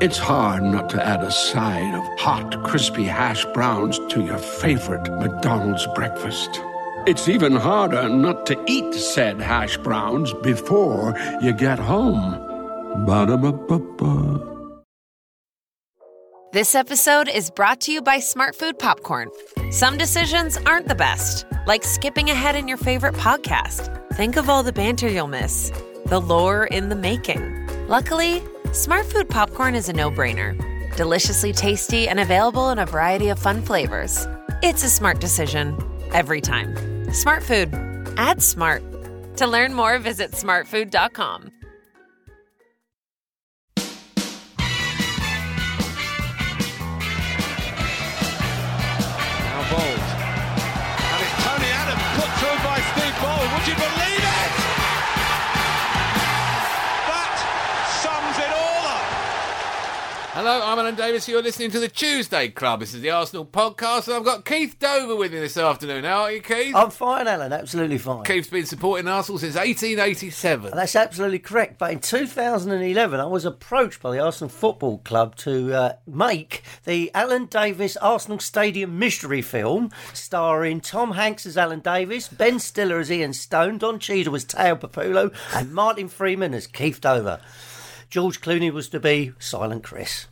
It's hard not to add a side of hot, crispy hash browns to your favorite McDonald's breakfast. It's even harder not to eat said hash browns before you get home. Ba-da-ba-ba-ba. This episode is brought to you by Smart Food Popcorn. Some decisions aren't the best, like skipping ahead in your favorite podcast. Think of all the banter you'll miss, the lore in the making. Luckily, Smart Food Popcorn is a no brainer, deliciously tasty and available in a variety of fun flavors. It's a smart decision every time. Smart Food. Add smart. To learn more, visit smartfood.com. Now Bold. And it's Tony Adams put through by Steve Bold. Would you believe it? That sums it all up. Hello, I'm Alan Davis. You're listening to the Tuesday Club. This is the Arsenal podcast, and I've got Keith Dover with me this afternoon. How are you, Keith? Oh. I'm fine, Alan. Absolutely fine. Keith's been supporting Arsenal since 1887. That's absolutely correct. But in 2011, I was approached by the Arsenal Football Club to uh, make the Alan Davis Arsenal Stadium mystery film, starring Tom Hanks as Alan Davis, Ben Stiller as Ian Stone, Don Cheadle as Tao Papulo, and Martin Freeman as Keith Dover. George Clooney was to be Silent Chris.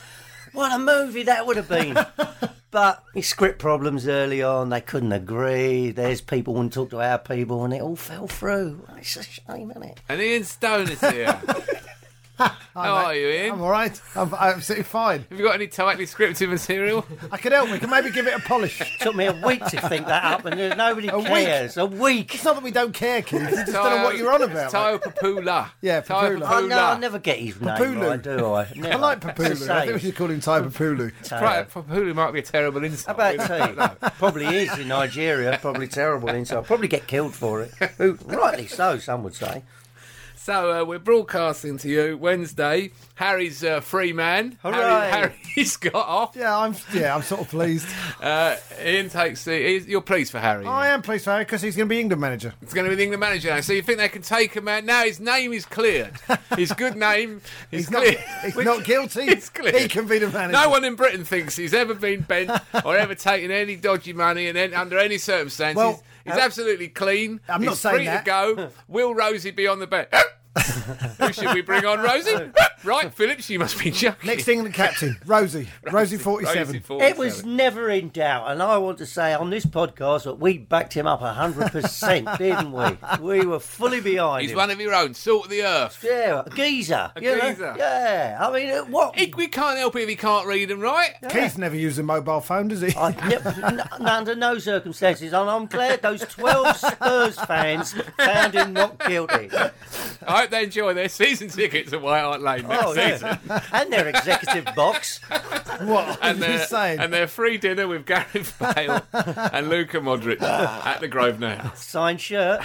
what a movie that would have been! But script problems early on, they couldn't agree. There's people wouldn't talk to our people, and it all fell through. It's a shame, isn't it? And Ian Stone is here. How are you, Ian? I'm all right. I'm absolutely fine. Have you got any tightly scripted material? I can help. We can maybe give it a polish. Took me a week to think that up, and there's nobody A week? cares. A week. It's not that we don't care, kids. We just don't know what you're on about. Tao Papula. Yeah, Tao Papula. Oh, no, I Papula. never get his name Papulu. right, do I? I Never. like It's Papulu. the I think same. we should call him Ty Papulu. Right, Papula might be a terrible insult. How about tea? probably is in Nigeria. Probably terrible insult. Probably get killed for it. Who- Rightly so, some would say. So uh, we're broadcasting to you Wednesday. Harry's uh, free man. Hooray. Harry, Harry's got off. Yeah, I'm. Yeah, I'm sort of pleased. Uh, Ian takes the. he's- You're pleased for Harry. I am pleased for Harry because he's going to be England manager. It's going to be the England manager now. So you think they can take him out? Now his name is cleared. His good name is He's not. cleared. He's not guilty. It's clear. He can be the manager. No one in Britain thinks he's ever been bent or ever taken any dodgy money and then under any circumstances. Well, he's absolutely clean. I'm not he's saying free that. to go. Will Rosie be on the bench? Who should we bring on, Rosie? right, Phillips, you must be joking. Next England captain, Rosie. Rosie, Rosie, forty-seven. 47. It was never in doubt, and I want to say on this podcast that we backed him up hundred percent, didn't we? We were fully behind He's him. one of your own. Sort of the earth. Yeah, a geezer. you know? geezer. Yeah, I mean, uh, what? He- we can't help it if he can't read them, right? Keith never used a mobile phone, does he? I never, n- n- under no circumstances, and I'm glad those 12 Spurs fans found him not guilty. I hope they enjoy their season tickets at White Hart Lane next Oh, season. yeah. And their executive box. what? and And their, you saying? and their free dinner with Gareth Bale and Luca Modric at the Grosvenor House. Signed shirt.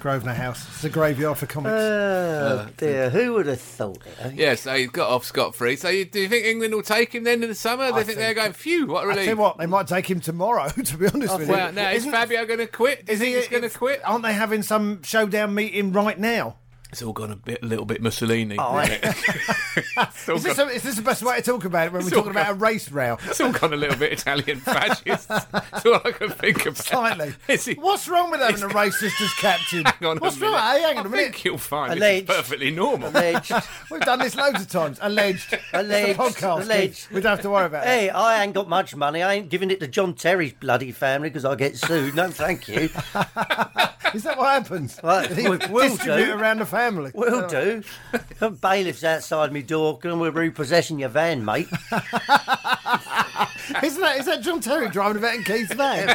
Grosvenor House. It's a graveyard for comics. Uh, Oh, dear. Who would have thought it? eh? Yeah, so he got off scot free. So you, do you think England will take him then in the summer? They think, they're going, phew, what a I relief. tell you what, they might take him tomorrow. To be honest with you, well, now, is Isn't- Fabio going to quit? Is he, he's going to if- quit? Aren't they having some showdown meeting right now? It's all gone a bit, a little bit Mussolini. Oh, isn't it? it's, all Is this, gone, a, is this the best way to talk about it when we're all talking about a race row? it's all gone a little bit Italian fascist. That's all I can think about. Slightly. Is he- What's wrong with having a racist as captain? Hang on What's a wrong? minute. Hey, hang I on a think minute. you'll find Alleged. this is perfectly normal. Alleged. We've done this loads of times. Alleged. Alleged. It's a podcast. Alleged. We don't have to worry about it. Hey, I ain't got much money. I ain't giving it to John Terry's bloody family because I get sued. No, thank you. Is that what happens? Well, He we- we'll distribute do. around the family. Will do. A bailiff's outside my door. Can we repossession your van, mate? Isn't that, is that John Terry driving about in Keith's van?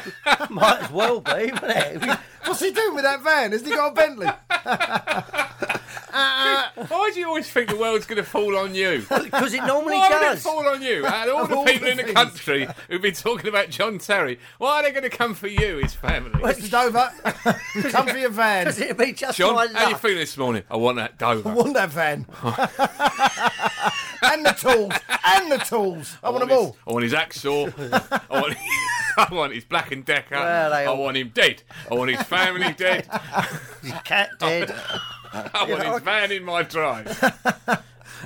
Might as well be, wouldn't it? What's he doing with that van? Has he got a Bentley? Why do you always think the world's going to fall on you? Because it normally Why would it does. fall on you? Out of all the all people the in the things. country who've been talking about John Terry, why are they going to come for you, his family? Mr. Dover, come for your van. It'd be just my John, how you luck. feeling this morning? I want that Dover. I want that van. and the tools. And the tools. I, want them all. his- I want his axe saw. I want. I want his Black and Decker. Well, they I all- want him dead. I want his family dead. Cat dead. I want his van in my drive.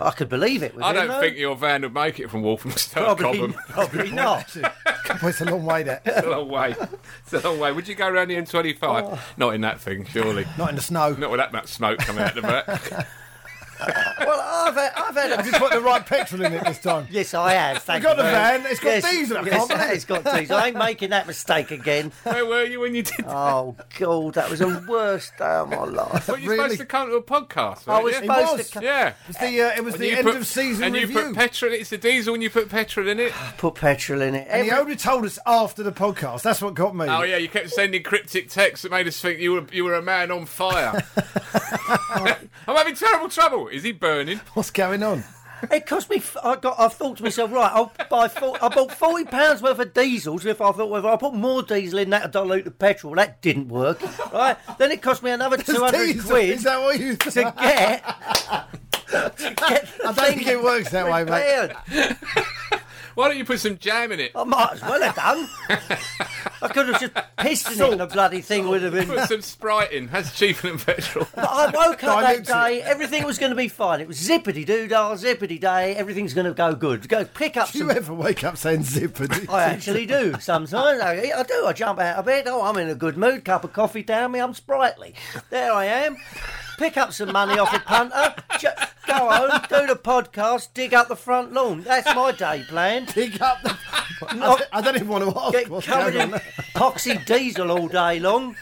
I could believe it. With I him, don't though. think your van would make it from Walthamstow to Probably, Cobham. probably not. Well, it's a long way there. It's a long way. It's a long way. Would you go around the M25? Oh. Not in that thing, surely. Not in the snow. Not with that much smoke coming out the back. well, I've had, I've had I a just put the right petrol in it this time. Yes, I have. Thank We've you got a very- van, it's got diesel, I Yes, can't believe it. it's got diesel. I ain't making that mistake again. Where were you when you did that? Oh, God, that was the worst day of my life. Were you Oh, really- supposed to come to a podcast? I weren't was you? supposed was. to Yeah. It's the, uh, it was And the you end put- of season and review. you put petrol in it. It's the diesel and you put petrol in it. put petrol in it. and he Every- only told us after the podcast. That's what got me. Oh yeah, you kept sending cryptic texts that made us think you were you were a man on fire. I'm having terrible trouble. Is he burning? What's going on? It cost me. f- I got. I thought to myself, right. I'll buy. Four, I bought forty pounds worth of diesels. If I thought, well, if I put more diesel in that, to dilute the petrol. That didn't work. Right. Then it cost me another It's two hundred diesel. quid Is that what you to get. to get the I don't think it works that way, mate. repaired. Why don't you put some jam in it? I might as well have done. I could have just pissed in it, and the bloody thing would have been. Put some sprite in. That's cheaper than petrol. But I woke up that Dilutes it. day. Everything was going to be fine. It was zippity doo dah, zippity day. Everything's going to go good. Go pick up Do some you ever wake up saying zippity? I actually do sometimes. I, I do. I jump out of bed. Oh, I'm in a good mood. Cup of coffee down me. I'm sprightly. There I am. Pick up some money off a punter. Ju- go home. Do the podcast. Dig up the front lawn. That's my day plan. Pick up the. I, don't- I don't even want to ask. Get what's covered going in on. epoxy diesel all day long.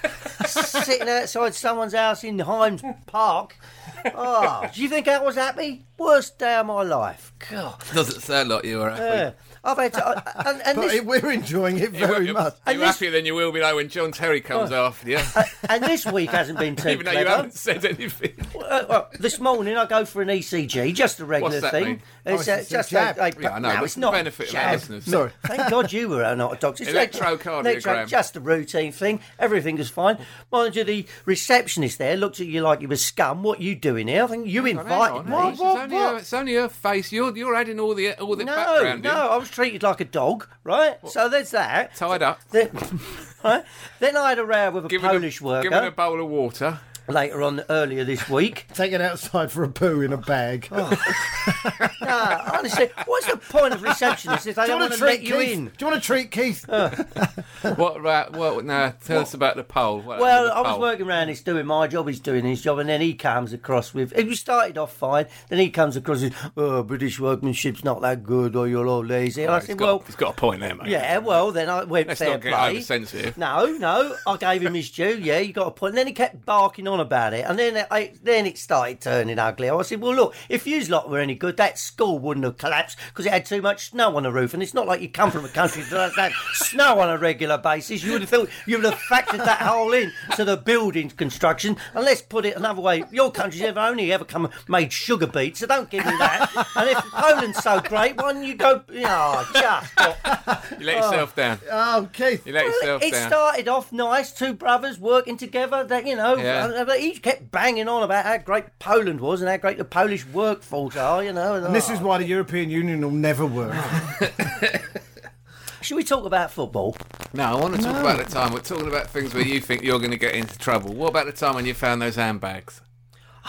Sitting outside someone's house in Himes Park. Oh, do you think I was happy? Worst day of my life. Oh, God. Doesn't sound like you are. Yeah. I've had to, and, and But this it- we're enjoying it very much. You're And this- happier than you will be though when John Terry comes after you. and this week hasn't been too Even though you Oh. clever. haven't said anything. Uh, well, this morning I go for an ECG, just a regular What's that thing. mean? It's, Oh, uh, it's a just jab. a, a- Yeah, I know, no, but it's for the not benefit of our jab. listeners. Sorry. Thank God you were not a doctor. It's like- Electrocardiogram. just a routine thing. Everything was fine. Mind you, the receptionist there looked at you like you were scum. What you doing here? I think you invited me. it's, only Her, it's only her face. You're you're adding all the all the No, background no, in. I was treated like a dog, right? So there's that. Tied up. Then, right? then I had a row with a Given Polish a, worker Given a bowl of water. later on earlier this week. Take it outside for a poo in a bag. Oh. no, Ah, honestly, what's the point of receptionists if they don't Do you want want to to let treat you Keith? in? Oh. Do you want to treat Keith? What about what? Now tell us about the poll. What happened Well, with the I was poll? working around. He's doing my job. He's doing his job, and then he comes across with. He started off fine. Then he comes across with, "Oh, British workmanship's not that good, or you're all lazy." And I He's said, got- "Well, he's got a point there, mate. yeah, well." Then I went Let's fair not get play. oversensitive. No, no, I gave him his due. Yeah, you got a point. And then he kept barking on about it, and then it, I, then it started turning ugly. I said, "Well, look, if yous lot were any good, that school wouldn't have collapsed because it had too much snow on the roof. And it's not like you come from a country that does that snow on a regular basis. You would have thought you would have factored that whole in to the building construction. And let's put it another way: your country's ever only ever come made sugar beets, so don't give me that. And if Poland's so great, why don't you go? Yeah, just got You let yourself down. Oh, Keith. You let yourself uh, it down. started off nice, two brothers working together. That you know, Yeah. uh, but he kept banging on about how great Poland was and how great the Polish workforce are. You know, and, And this oh. is why the European Union will never work. Should we talk about football? no, I want to talk about the time. We're talking about things where you think you're going to get into trouble. What about the time when you found those handbags?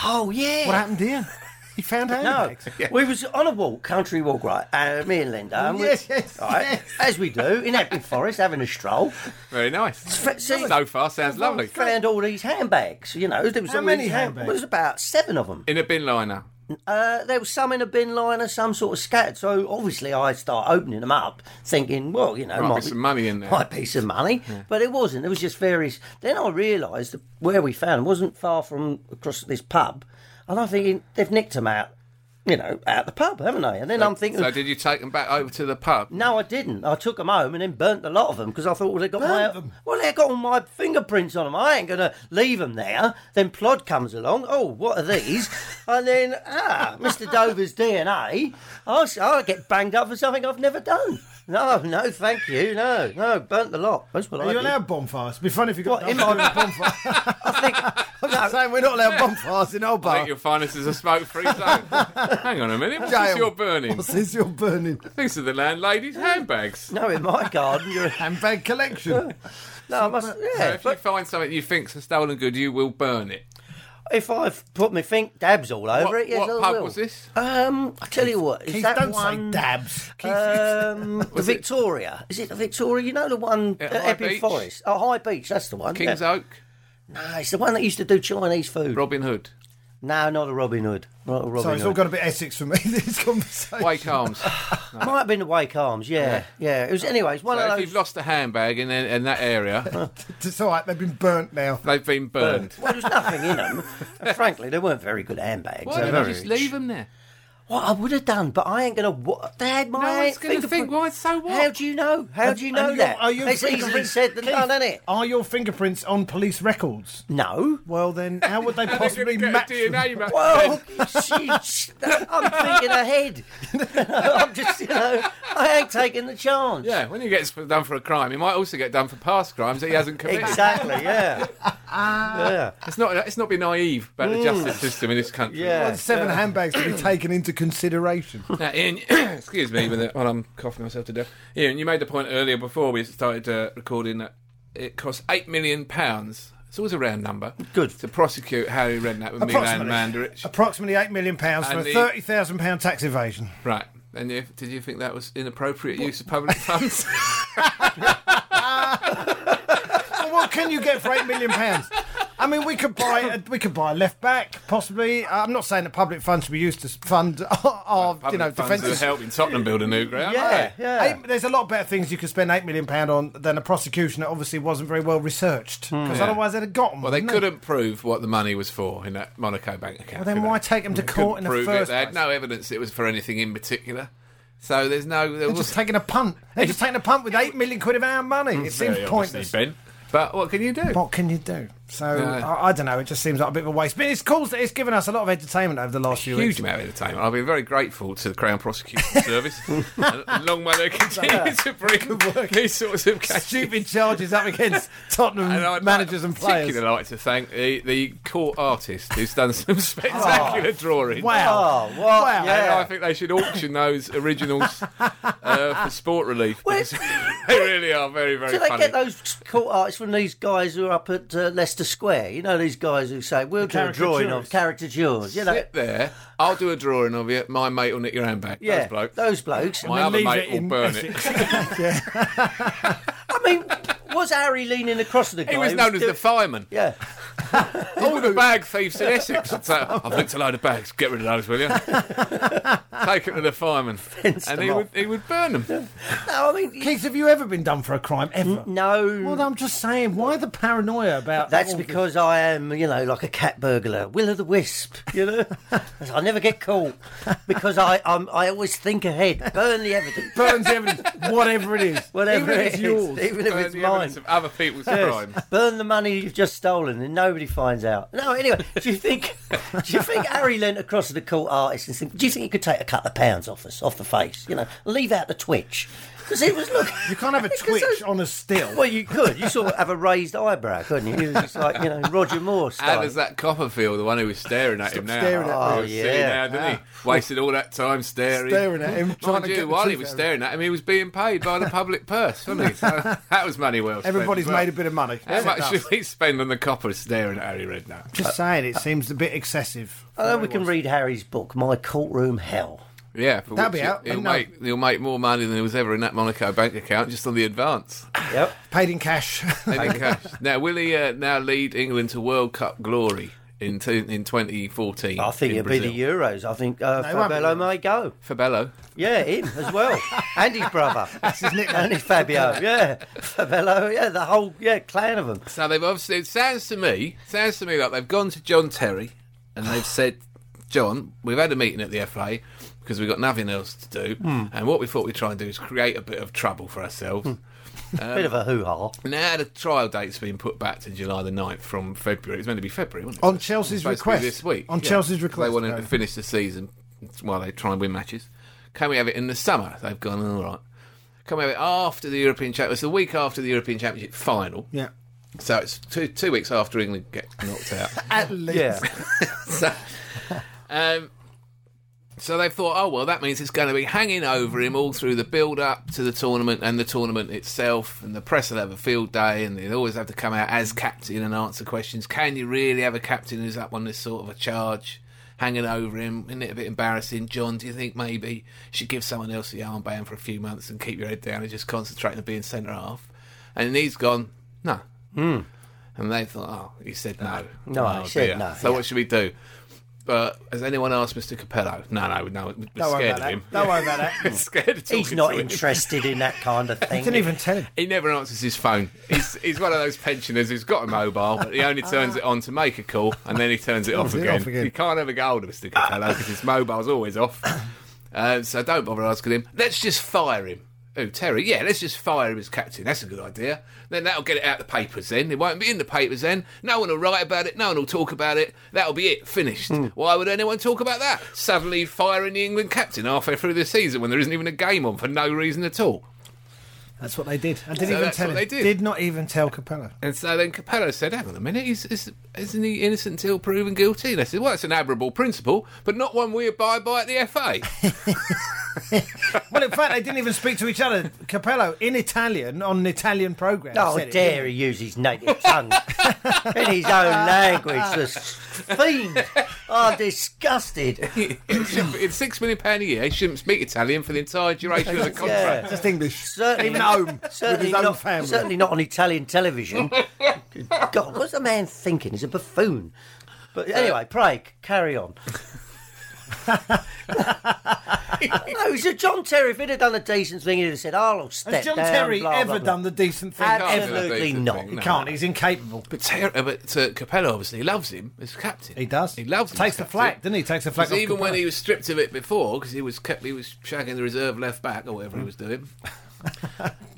Oh yeah. What happened here? He found No, handbags. we was on a walk, country walk, right? Uh, me and Linda, and we- Yes, yes, right, yes. as we do in Epping Forest, having a stroll. Very nice. F- see, So far, sounds lovely. found all these handbags. You know, there was How all many these hand- handbags? There was about seven of them. In a bin liner. Uh, there was some in a bin liner, some sort of scattered. So obviously, I start opening them up, thinking, well, you know, Might be some money in there. might be some money, but it wasn't. It was just various. Then I realised that where we found them wasn't far from across this pub, and I'm thinking they've nicked them out, you know, out the pub, haven't they? And then I'm thinking. So did you take them back over to the pub? no, I didn't. I took them home and then burnt a lot of them because I thought, well, they got my Burnt them? well, they got all my fingerprints on them. I ain't gonna leave them there. Then Plod comes along. Oh, what are these? and then ah, Mr. Dover's DNA. I, s- I get banged up for something I've never done. No, no, thank you. No, no, burnt the lot. That's what I Are you did. allowed bonfires? It'd be funny if you got What, in done my- for a bonfire. I think. I'm just saying we're not allowed bonfires in our I bar. think you'll find this is a smoke-free zone. Hang on a minute. What's this Jail. you're burning? What's this you're burning? These are the landlady's handbags. No, in my garden, you're. Handbag collection. No, I must. So Yeah, if you but find something you think's a stolen good, you will burn it. If I've put my think dabs all over What- it, yes, what I pub will. was this? Um, I tell you what, is Keith, that don't one? say dabs. Uh, Keith, Um, the Was it- Victoria. Is it the Victoria? You know the one At at High Epping Beach? Forest? Oh, High Beach, that's the one. King's yeah. Oak, No, it's the one that used to do Chinese food. Robin Hood, no, not a Robin Hood. Not a Robin so it's Hood. all got a bit Essex for me. This conversation. Wake Arms. Might have been the Wake Arms, yeah. Yeah. It was, anyways, one So of if those. you've lost a handbag in, in that area, It's all right. They've been burnt now. they've been burned. Well, there was nothing in them. Frankly, they weren't very good handbags. Why They don't were you just very- leave them there? What I would have done, but I ain't going to. They had my. No one's gonna fingerprint- think, why, so what? How do you know? How do you know And your- that? are oh, your it's easily fingerprints- said than Keith, done, isn't it? Are your fingerprints on police records? No. Well, then, how would they possibly Get a match them? DNA match. Well, sheesh, I'm thinking ahead. I'm just, you know, I ain't taking the chance. Yeah, when he gets done for a crime, he might also get done for past crimes that he hasn't committed. Exactly, yeah. It's not. It's not be naive about the justice system in this country. Mm. Yeah. Well, Seven handbags to be taken into consideration. Now, Ian, excuse me, with it, while I'm coughing myself to death. Ian, you made the point earlier before we started uh, recording that it cost eight million pounds. It's always a round number. Good. to prosecute Harry Redknapp and Milan Mandarich. approximately eight million pounds for And a the- thirty thousand pound tax evasion. Right. And you, did you think that was inappropriate use of public funds? Well, what can you get for eight million pounds? I mean, we could buy a, we could buy a left back possibly. I'm not saying that public funds should be used to fund our, our Public you know funds that defences. help in Tottenham build a new ground. Yeah, right? yeah. Eight- there's a lot better things you could spend eight million pound on than a prosecution that obviously wasn't very well researched because Hmm. Yeah. otherwise they'd have got 'em, Well, they wouldn't couldn't prove what the money was for in that Monaco bank account. Well, then could why they? take them to court in couldn't the prove first it. They had place? no evidence it was for anything in particular. So there's no. There They're was just taking a punt. They're just taking a punt with eight million quid of our money. It seems pointless. Ben. Mm. But what can you do? What can you do? So No. I, I don't know. It just seems like a bit of a waste. But it's caused. It's given us a lot of entertainment over the last few Huge weeks. amount of entertainment. I've been very grateful to the Crown Prosecution Service. and, and long may they continue to bring these sorts of cases. Stupid charges up against Tottenham Mm, And I'd managers like, and players. particularly like to thank the, the court artist who's done some spectacular drawings. Wow! Oh, what? Wow! And Oh. Yeah. I think they should auction those originals uh, for sport relief. Where- because they really are very, very Do they funny. get those court artists from these guys who are up at uh, Leicester Square? You know, these guys who say, we'll do a drawing of caricatures. You know, Sit there. I'll do a drawing of you. My mate will nick your handbag. yeah, Those blokes. Those blokes. My other leave mate it will in burn Essex. it. I mean, was Harry leaning across the guy? He was who known as the doing- fireman. Yeah. All the bag thieves in Essex. would say, I've looked at a load of bags. Get rid of those, will you? Take them to the fireman. and he them would, off. he would burn them. No, I mean, Keith, have you ever been done for a crime ever? no. Well, I'm just saying. Why the paranoia about? That's all this? because I am, you know, like a cat burglar, will o' the wisp. You know, I never get caught because I I'm, I always think ahead, burn the evidence, burns evidence, whatever it is. whatever Even if it it's is, yours. even if Burn it's the mine. evidence of other people's crimes. Burn the money you've just stolen, and nobody finds out. No, anyway, do you think? Do you think Harry leant across to the court artist and said, "Do you think he could take a couple of pounds off us, off the face? You know, leave out the twitch." Because it was look, You can't have a Because twitch I- on a still. Well, you could. You sort of have a raised eyebrow, couldn't you? It was just like you know Roger Moore How style. does that Copperfield, the one who was staring at him now? staring at He me. was sitting Oh, there, didn't he? Wasted all that time staring. Ah. Staring at him, trying Mind to you, get the while he truth was out of staring at him, he was being paid by the public purse, wasn't he? So that was money well spent. Everybody's as well. made a bit of money. How much should we spend on the copper staring at Harry Redknapp? Just saying, it seems a bit excessive. I know we can read Harry's book, My Courtroom Hell. Yeah, for That'll which be out. He'll, No. make, he'll make more money than he was ever in that Monaco bank account just on the advance. Yep. Paid in cash. In cash. Now, will he uh, now lead England to World Cup glory in, t- in 2014? I think in it'll Brazil? be the Euros. I think uh, it won't be Fabello Euros. may go. Fabello. Yeah, him as well. and his brother. That's his nickname. And his Fabio. Yeah. Fabello. Yeah, the whole yeah clan of them. So they've obviously. It sounds to me. Sounds to me like they've gone to John Terry and they've said, John, we've had a meeting at the FA because we've got nothing else to do, Hmm. and what we thought we'd try and do is create a bit of trouble for ourselves. Um, Bit of a hoo ha. Now the trial date's been put back to July the 9th from February. It's meant to be February, wasn't it? On It was Chelsea's supposed to be request. this week. On Chelsea's request, They wanted to apparently. finish the season while they try and win matches. Can we have it in the summer? They've gone all right. Can we have it after the European Championship? It's the week after the European Championship final. yeah. So it's two two weeks after England get knocked out. At least. Yeah. so, um, So they thought, oh well, that means it's going to be hanging over him all through the build-up to the tournament and the tournament itself, and the press will have a field day, and they'll always have to come out as captain and answer questions. Can you really have a captain who's up on this sort of a charge, hanging over him? Isn't it a bit embarrassing, John? Do you think maybe you should give someone else the armband for a few months and keep your head down and just concentrate on being centre half? And he's gone, no. And they thought, oh, he said no. Hmm. Oh, No, he said no, So what should we do? But has anyone asked Mr. Capello? No, no, no. We're Don't worry scared about of that. him. Uh, Don't worry about that. We're scared of He's talking not to him. interested in that kind of thing. Didn't even tell him. He never answers his phone. He's, he's one of those pensioners who's got a mobile, but he only turns it on to make a call and then he turns it off Turns it again. off again. He can't ever get hold of Mr. Capello because his mobile's always off. Uh, so don't bother asking him. Let's just fire him. Oh, Terry, yeah, let's just fire him as captain. That's a good idea. Then that'll get it out the papers then. It won't be in the papers then. No one will write about it. No one will talk about it. That'll be it. Finished. Hmm. Why would anyone talk about that? Suddenly firing the England captain halfway through the season when there isn't even a game on for no reason at all. That's what they did. I didn't So even that's tell what him. they did. not even tell Capello. And so then Capello said, hang on a minute, he's, is, isn't he innocent till proven guilty? And I said, well, that's an admirable principle, but not one we abide by at the FA. Well, in fact, they didn't even speak to each other. Capello in Italian on an Italian program. Oh, said it, dare he use his native tongue in his own language? The s- fiend! Oh, disgusted. it's six million pound a year. He shouldn't speak Italian for the entire duration of the contract. Yeah. Just English. Certainly Even at home with Certainly his own not. family. Certainly not on Italian television. God, what's the man thinking? He's a buffoon. But Uh, anyway, pray carry on. no, he's a John Terry. If he'd have done a decent thing, he'd have said, "I'll step Has John down, Terry blah, blah, ever blah." done the decent thing? Can't do that Absolutely decent not. thing, He no. He can't. He's incapable. But, Ter- uh, but uh, Capello obviously loves him as captain. He does. He loves him. Takes as the captain. flag, doesn't he? Takes the flag. Because Off even when Capello. he was stripped of it before, because he was kept, he was shagging the reserve left back or whatever he was doing.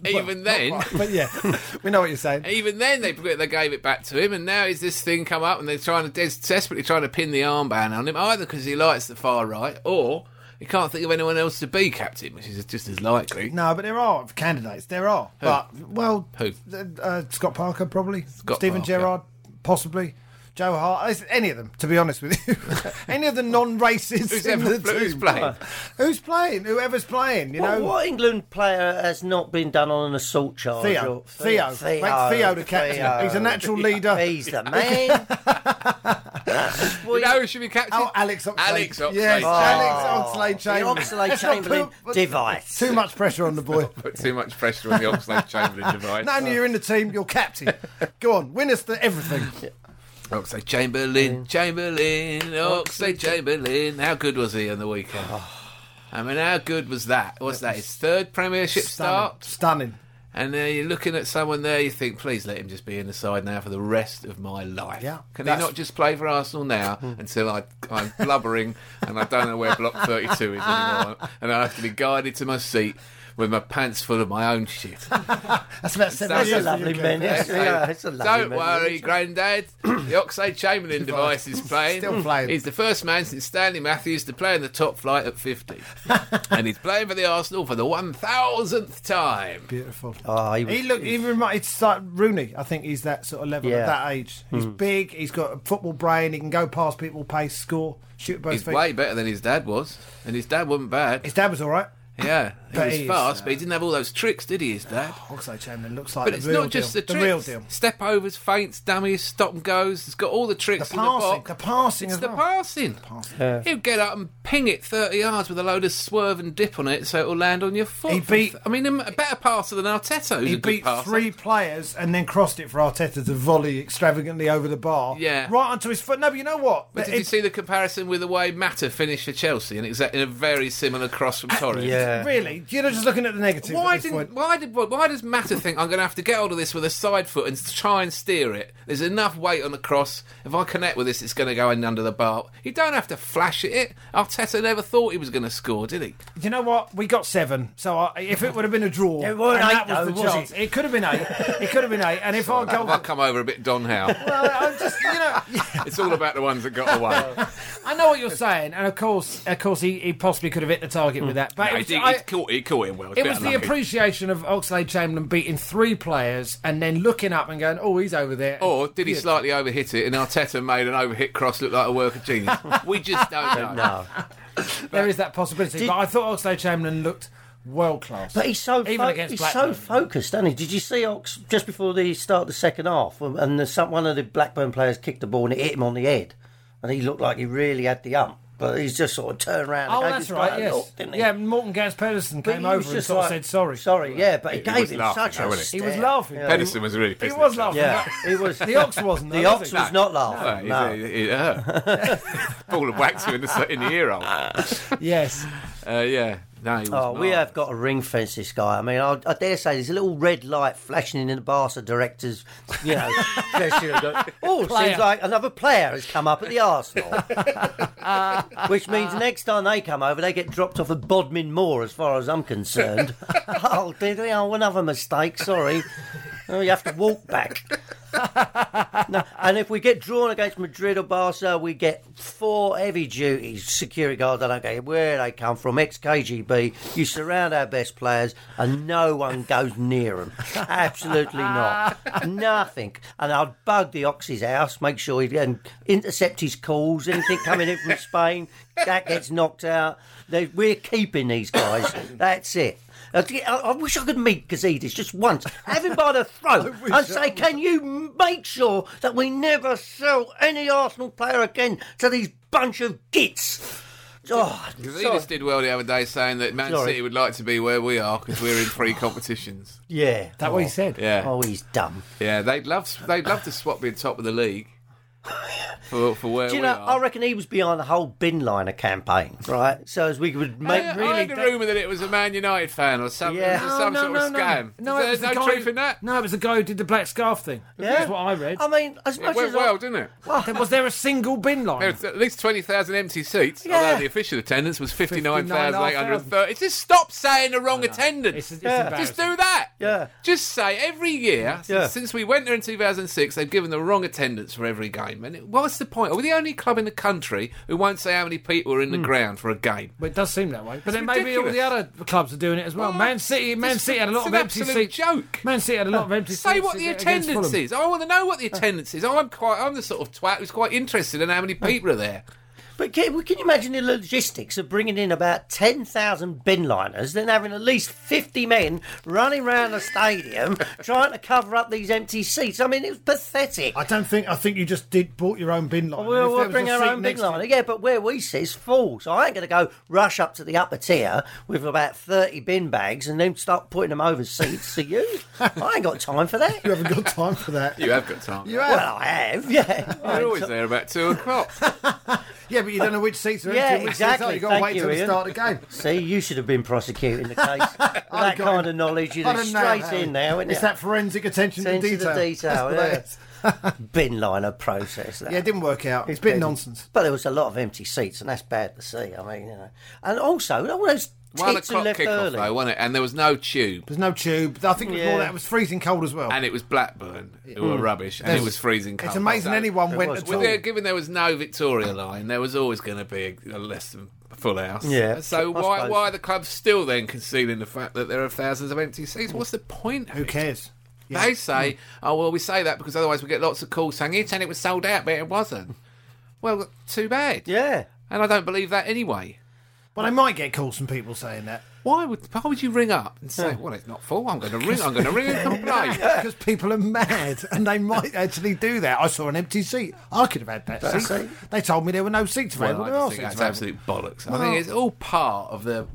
even then, but yeah, we know what you're saying. Even then, they they gave it back to him, and now is this thing come up, and they're trying to des- desperately trying to pin the armband on him, either because he likes the far right, or he can't think of anyone else to be captain, which is just as likely. No, but there are candidates. There are. But well, Who? Uh, Scott Parker probably. Scott Stephen Parker. Gerrard possibly. Joe Hart. It's Any of them, to be honest with you. any of the non-racists. Who's in ever- the who's team. playing? Who's playing? Whoever's playing. You What, know. what England player has not been done on an assault charge? Theo. or- Theo. Make Theo the captain. He's a natural leader. He's the man. You know who should be captain? Oh, Alex Oxlade. Alex Oxlade. Yes, Oh. Alex Oxlade Chamberlain. The Oxlade Chamberlain Put- put- device. Too much pressure on the boy. Put too much pressure on the Oxlade Chamberlain device. Now you're in the team, you're captain. Go on, win us the everything. Oxlade Chamberlain, Chamberlain, Oxlade Chamberlain. How good was he on the weekend? I mean, how good was that? What's that? His third Premiership Stunning. start? Stunning. And uh, you're looking at someone there, you think, please let him just be in the side now for the rest of my life. Yeah, Can that's- he not just play for Arsenal now until I, I'm blubbering and I don't know where block 32 is anymore? And I have to be guided to my seat with my pants full of my own shit. That's about seven That's a It's a years for lovely you, man. Kev. It's, yeah, it's a lovely Don't man. worry, Grandad. The Oxide Chamberlain device is playing. Still playing. He's the first man since Stanley Matthews to play in the top flight at 50. and he's playing for the Arsenal for the 1,000th time. Beautiful. Oh, he was, He look. He remind, it's like Rooney. I think he's that sort of level Yeah. Hmm. at that age. He's big. He's got a football brain. He can go past people, pace, score, shoot at both He's feet. way better than his dad was. And his dad wasn't bad. His dad was all right. Yeah, he But was he is, fast, uh, but he didn't have all those tricks, did he, his dad? Oxlade Chamberlain looks like But the it's real not just deal. the tricks. real deal. Step overs, feints, dummies, stop and goes. It's got all the The tricks in the passing. box. The passing it's as the well. passing. He'll get up and ping it 30 yards with a load of swerve and dip on it so it'll land on your foot. He beat- I mean, a better passer than Arteta, who's He a good beat passer. three players and then crossed it for Arteta to volley extravagantly over the bar. Yeah. Right onto his foot. No, but you know what? But did It- you see the comparison with the way Mata finished for Chelsea and exactly in a very similar cross Ah, from Torres? Yeah. Really? You're just looking at the negative. Why at this didn't? point. Why did? Why does Matter think I'm going to have to get hold of this with a side foot and try and steer it? There's enough weight on the cross. If I connect with this, it's going to go in under the bar. You don't have to flash at it. Arteta never thought he was going to score, did he? You know what? We got seven. So I, if it would have been a draw, It weren't and eight, that was though, the was chance. it? It? could have been eight. It could have been eight. And if our goal, I'll come over a bit, Don Howe. I, am just, you know, it's all about the ones that got away. I know what you're saying, and of course, of course, he, he possibly could have hit the target Hmm. with that. But No, it he, was, did, I- he caught, he caught it well. it was the appreciation of Oxlade Chamberlain beating three players and then looking up and going, "Oh, he's over there." Or did he slightly overhit it and Arteta made an overhit cross look like a work of genius? we just don't know. No. there is that possibility. Did- but I thought Oxlade Chamberlain looked world class. But he's so even fo- against he's so Blackburn. focused, isn't he? Did you see Ox just before the start of the second half, um, and the, some, one of the Blackburn players kicked the ball and it hit him on the head, and he looked like he really had the ump, but he's just sort of turned around. Oh, and gave that's his right. guy a Yes, look, didn't he? yeah. Morton Gans Pedersen But came he was over and just sort of like, said sorry. sorry, yeah, but he, He gave was him laughing, such though, a wasn't He stare. was laughing. Yeah. He Pedersen was really pissed. was, at himself. laughing. Yeah, he was. The ox wasn't. though, The was ox he? was not laughing. No, he's, Oh, no. he- he- uh, ball of wax in the in the ear hole. Uh, Yes. yeah, no, he was Oh, we marvellous. have got to ring fence this guy. I mean, I, I dare say there's a little red light flashing in the Barca director's, you know. dressing room. oh, Player. seems like another player has come up at the Arsenal. Which means next time they come over, they get dropped off at Bodmin Moor, as far as I'm concerned. oh, did they? Oh, another mistake, sorry. Oh, you have to walk back. no, and if we get drawn against Madrid or Barca, we get four heavy duty security guards. I don't care where they come from, ex KGB. You surround our best players, and no one goes near them. Absolutely not. Nothing. And I'd bug the Oxy's house, make sure he can intercept his calls. Anything coming in from Spain, that gets knocked out. They, we're keeping these guys. That's it. I, Uh, I wish I could meet Gazidis just once, have him by the throat, and say, "Can you make sure that we never sell any Arsenal player again to these bunch of gits?" Oh, sorry. Gazidis did well the other day saying that Man Sorry. City would like to be where we are because we're in three competitions. yeah, That what he said. Yeah, Oh, he's dumb. yeah, they'd love they'd love to swap being top of the league for for where Do you we know? are. I reckon he was behind the whole bin liner campaign, right? So as we would Uh, I, make I had really. a rumour that it was a Man United fan or something, Yeah. it was some sort of scam. Oh, No, it Is was there the no guy- truth in that. No, it was the guy who did the black scarf thing. That's what I read. I mean, as It much went as well, I, didn't it? There- was there a single bin line? There's at least 20,000 empty seats, Yeah. although the official attendance was 59,830. 59,830. Just stop saying the wrong attendance. It's, it's Yeah. Just embarrassing. do that. Yeah. Just say every year s- Yeah. since we went there in 2006, they've given the wrong attendance for every game. And it- what's the point? Are we the only club in the country who won't say how many people are in the ground for a game? But it does seem that way. But then maybe all ridiculous. the other clubs are doing it as well. Well, Man City, Man it's- City had a it's lot of an empty absolute seats. joke. Man City had a lot of empty seats. Say what the ag- against attendance Fulham. is. I want to know what the attendance is. I'm quite. I'm the sort of twat who's quite interested in how many people are there. But can, can you imagine the logistics of bringing in about 10,000 bin liners, then having at least 50 men running around the stadium trying to cover up these empty seats? I mean, it was pathetic. I don't think. I think you just did bought your own bin line. We'll, we'll bring our own bin liner. Yeah, but where we sit is full. So I ain't going to go rush up to the upper tier with about 30 bin bags and then start putting them over seats to you. I ain't got time for that. haven't got time for that. You have got time. You Well, I have, yeah. are always there about two o'clock. Yeah, but you don't know which seats are Yeah, empty. and which seats exactly. aren't. You've got to Thank wait you, till the Ian. start of the game. See, you should have been prosecuting the case. With that got kind it. of knowledge, you'd I have don't know, straight Harry. in now. wouldn't It's you? that forensic attention, Attention to to detail, detail. That's what that is. bin liner process. That. Yeah, it didn't work out. It's a bit didn't. nonsense. But there was a lot of empty seats, and that's bad to see. I mean, you know, and also all those One tits who o'clock left kickoff early. though, wasn't it? And there was no tube. There's no tube. I think it was more Yeah. that it was freezing cold as well. And it was Blackburn who were rubbish, and it was freezing cold. Mm. it's amazing So- anyone went was. at Well, all. there- given there was no Victoria line, there was always going to be a, a less than a full house. Yeah. So I why suppose. why are the clubs still then concealing the fact that there are thousands of empty seats? What's the point? of Who it? cares? Mm. They say, "Oh well, we say that because otherwise we get lots of calls saying it and it was sold out, but it wasn't." Well, too bad. yeah, And I don't believe that anyway. Well, they might get calls from people saying that Why would why would you ring up and say, "Well, it's not full. I'm going to ring. I'm going to ring and complain." because people are mad and they might actually do that. I saw an empty seat. I could have had that seat. They told me there were no seats Well, available. I there just are think seats that's available. absolute bollocks. I think it's all part of the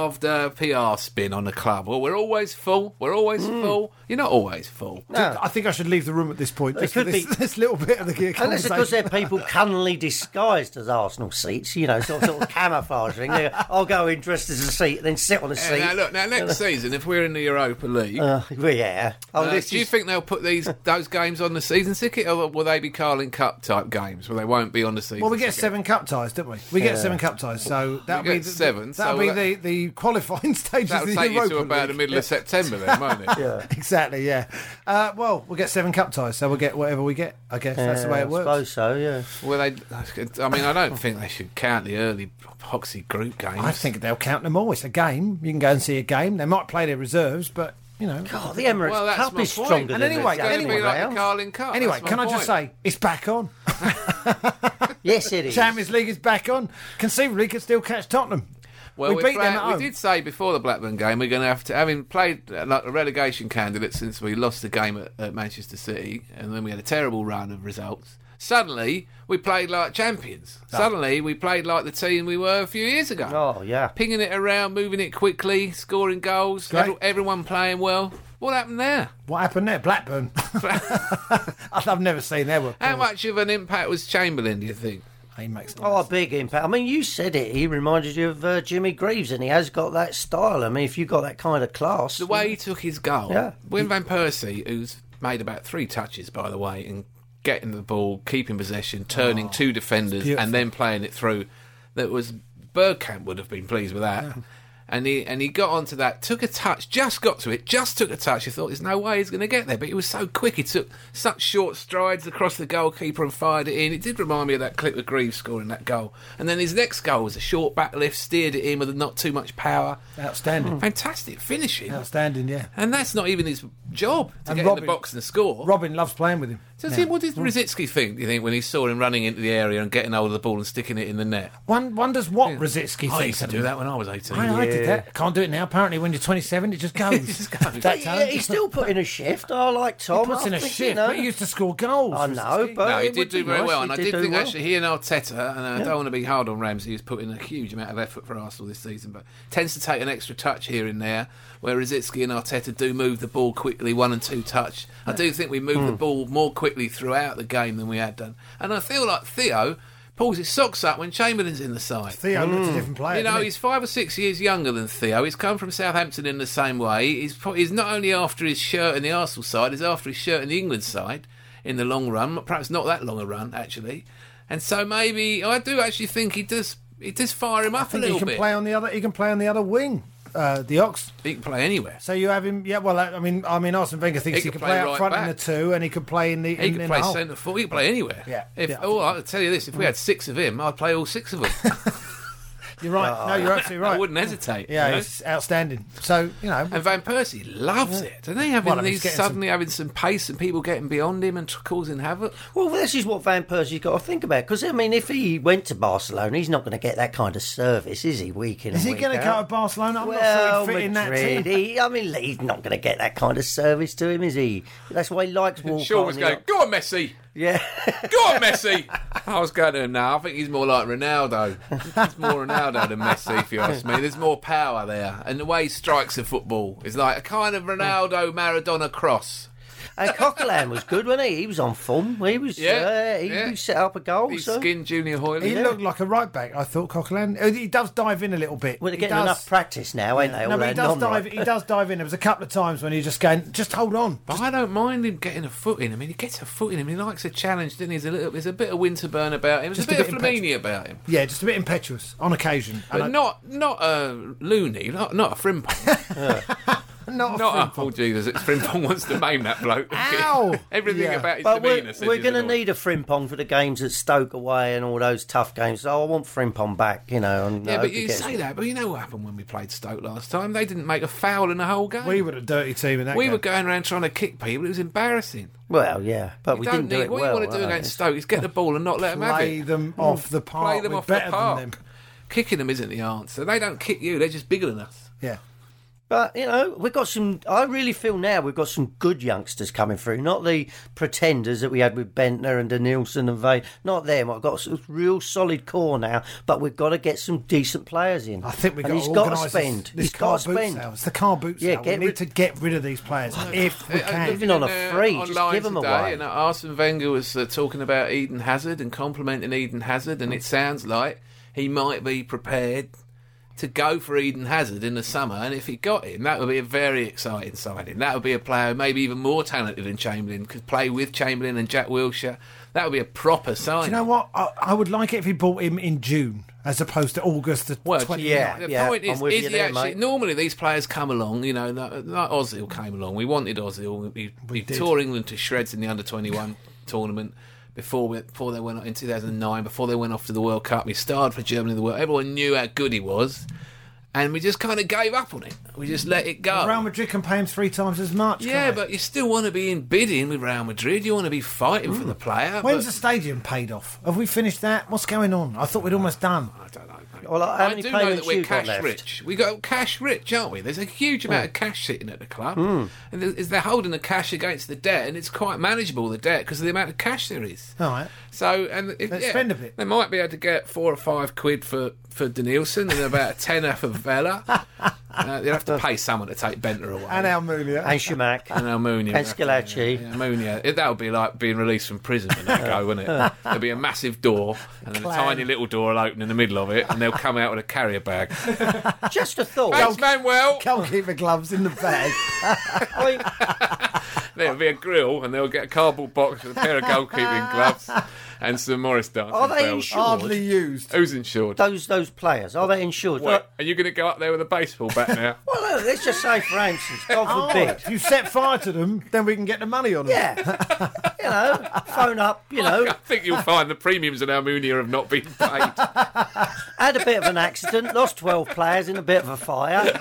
Pravda PR spin on the club. Well, we're always full. We're always Mm. full. You're not always full. I think I should leave the room at this point. Just for could this, be- this little bit of the gear unless of course conversation. they're people cunningly disguised as Arsenal seats. You know, sort of, sort of camouflaging. They go, I'll go in dressed as a seat, then sit on a Yeah, seat. now look, now next season, if we're in the Europa League, Uh, well, yeah. Oh, uh, this do you is- think they'll put these those games on the season ticket, or will they be Carling Cup type games where they won't be on the season? Well, we get ticket? seven cup ties, don't we? We get seven cup ties, so that'll get be the, seven, so That'll be that- the, the qualifying stages. That'll of the take you to Europa about the League. middle of September, then, won't it? Yeah. Exactly, yeah. Uh, well, we'll get seven cup ties, so we'll get whatever we get. I guess that's the way Yeah, it I works. suppose so. Yeah. Well, they, I mean, I don't think they should count the early Hoxie group games. I think they'll count them all. It's a game. You can go and see a game. They might play their reserves, but you know. God, the Emirates Well, that's Cup my is point. stronger And than anyway, It's the going to Champions be anyway, like League. the Carling Cup. Anyway, That's my can I just point. say it's back on? Yes, it is. Champions League is back on. Conceivably, could still catch Tottenham. Well, we beat fra- them at we home. did say before the Blackburn game we're going to have to, having played uh, like a relegation candidate since we lost the game at, at Manchester City, and then we had a terrible run of results. Suddenly, we played like champions. Ah. Suddenly, we played like the team we were a few years ago. Oh, yeah. pinging it around, moving it quickly, scoring goals. Great. every- everyone playing well. What happened there? What happened there? Blackburn. I've never seen their work. How much of an impact was Chamberlain? Do you think? He makes no Oh, a big impact. I mean, you said it. He reminded you of uh, Jimmy Greaves, and he has got that style. I mean, if you've got that kind of class, The way he took his goal, Yeah. Wim Van Persie, who's made about three touches, by the way, and getting the ball, keeping possession, turning two defenders, and then playing it through. That was Bergkamp would have been pleased with that. And he and he got onto that, took a touch, just got to it, just took a touch. You thought there's no way he's going to get there, but he was so quick. He took such short strides across the goalkeeper and fired it in. It did remind me of that clip of Greaves scoring that goal. And then his next goal was a short back lift, steered it in with not too much power. Oh, outstanding. Fantastic finishing. Outstanding, yeah. And that's not even his job to And get in Robin- the box and score. Robin loves playing with him. Does he, what did Rosicki think, do you think, when he saw him running into the area and getting hold of the ball and sticking it in the net? One wonders what Rositsky I thinks Oh, used to of do him. that when I was 18. I, I did that. Can't do it now. Apparently, when you're 27, it just goes. just goes. That yeah, talent. he's still put in a shift. I like Tom. puts I in a think, shift, You know, but he used to score goals. I know, Rosicky. but No, he it would did do be very nice. well, He and I did did do think well. actually he and Arteta, and uh, I don't want to be hard on Ramsey, who's put in a huge amount of effort for Arsenal this season, but tends to take an extra touch here and there. Where Rosicki and Arteta do move the ball quickly, one and two touch. I do think we moved the ball more quickly throughout the game than we had done, and I feel like Theo pulls his socks up when Chamberlain's in the side. Theo looks a different player. Mm. You know, doesn't he? he's five or six years younger than Theo. He's come from Southampton in the same way. He's pro- he's not only after his shirt in the Arsenal side, he's after his shirt in the England side in the long run. Perhaps not that long a run actually. And so maybe I do actually think he does. He does fire him up I think a he little can bit. play on the other. He can play on the other wing. Uh, the ox. he can play anywhere. So you have him. Yeah. Well, I I mean, I mean, Arsene Wenger thinks He he, could can play play, out right front in the back. two, and he can play in the. He in, can in play the hole. centre forward. He can play anywhere. Yeah, If yeah. Mm. oh, I'll tell you this: if we had six of him, I'd play all six of them. You're right. no, you're absolutely right. I wouldn't hesitate. Yeah, you know? it's outstanding. So you know, And Van Persie loves it. Don't they having Well, I mean, he's these getting some- suddenly having some pace and people getting beyond him and t- causing havoc? Well, this is what Van Persie's got to think about. Because I mean, if he went to Barcelona, he's not going to get that kind of service, is he? Week in. is and he week going to go out? to Barcelona? I'm well, not sure he'd fit in that team. Madrid, he, I mean, he's not going to get that kind of service to him, is he? That's why he likes Walcott. Shaw was and going, he- go on, Messi, Yeah. go on, Messi. I was going to him now. I think he's more like Ronaldo. He's more Ronaldo than Messi, if you ask me. There's more power there, and the way he strikes the football is like a kind of Ronaldo Maradona cross. and Coquelin was good, wasn't he? He was on form. He was. Yeah, Yeah. he, yeah. he set up a goal. He so. skinned Junior Hoyley. Oh, He looked like a right back. I thought Coquelin. Uh, He does dive in a little bit. Well, they're He getting does- enough practice now, ain't they? No, all but he that does non-right- dive. He does dive in. There was a couple of times when he just going, just hold on. But I don't mind him getting a foot in. I mean, he gets a foot in him. He likes a challenge, doesn't he? There's a little, there's a bit of Winterburn about him. There's Just a a bit, bit of impetuous. Flamini about him. Yeah, just a bit impetuous on occasion. But And not not a loony, not not a frimpong, I- not not, not a oh Jesus, it's frimpong wants to maim that bloke. Ow! Everything Yeah. about his But demeanour. we're, says we're he's going to annoyed. need a Frimpong for the games at Stoke away and all those tough games. So I want Frimpong back, you know. And I Yeah, hope but he you gets- say that, but you know what happened when we played Stoke last time? They didn't make a foul in the whole game. we were a dirty team in that. We game. were going around trying to kick people. It was embarrassing. Well, yeah, but You we don't didn't do need, it what well. you want to do I against don't Stoke is get the ball and not let them have play it. them off the park. Play them We're off the better park. than them. Kicking them isn't the answer. They don't kick you. They're just bigger than us. Yeah. know. But you know, we've got some. I really feel now we've got some good youngsters coming through, not the pretenders that we had with Bentner and Danielson and Vane. Not them. I've got a real solid core now, but we've got to get some decent players in. I think we And got. He's to got to organise spend. This, this he's car got to boot spend. sale. It's the car boot Yeah, sale. get we need rid- to get rid of these players if we Uh, uh, can. Even on a uh, free, just online give 'em today, away. And uh, Arsene Wenger was uh, talking about Eden Hazard and complimenting Eden Hazard, Mm. and it sounds like he might be prepared to go for Eden Hazard in the summer. And if he got him, that would be a very exciting signing. That would be a player maybe even more talented than Chamberlain, could play with Chamberlain and Jack Wilshire. That would be a proper signing. Do you know what? I, I would like it if he bought him in June as opposed to August the Well, 20 yeah. The point I'm is, with is you he there, actually? mate. Normally, these players come along. You know, like, like Ozil came along. We wanted Ozil. He, he tore England to shreds in the under twenty one tournament. Before we, before they went in two thousand nine, before they went off to the World Cup, he starred for Germany in the World. Everyone knew how good he was, and we just kind of gave up on it. We just let it go. Real Madrid can pay him three times as much. yeah, can't they? but you still want to be in bidding with Real Madrid. You want to be fighting Mm. for the player. when's the but stadium paid off? Have we finished that? What's going on? I thought we'd almost done. I don't know. mate. Well, how I many do know that payments we're you got cash left? rich. We got cash rich, aren't we? There's a huge amount Hmm. of cash sitting at the club, and there- is- they're holding the cash against the debt, and it's quite manageable the debt because of the amount of cash there is. All right. So and if, Let's yeah, spend a bit. They might be able to get four or five quid for for Danielson and about a tenner for Vela. uh, they'll have to pay someone to take Benter away. And Almunia. And Shamak. and Almunia. And Scalacci. Yeah, Almunia. It- That would be like being released from prison when they go, wouldn't it? There'd be a massive door, and then a Clan. tiny little door will open in the middle of it, and they'll come out with a carrier bag. Just a thought. Thanks, Manuel! Goalkeeper gloves in the bag. I mean, There'll be a grill, and they'll get a cardboard box with a pair of goalkeeping gloves and some Morris dancing Are they bells. insured? Hardly used. Who's insured? those those players are they insured? Wait, are you going to go up there with a baseball bat now? Well, no, let's just say, for instance, God Oh, forbid. if you set fire to them, then we can get the money on them. Yeah, you know, phone up. You I know, think you'll find the premiums in Almunia have not been paid. had a bit of an accident, lost twelve players in a bit of a fire.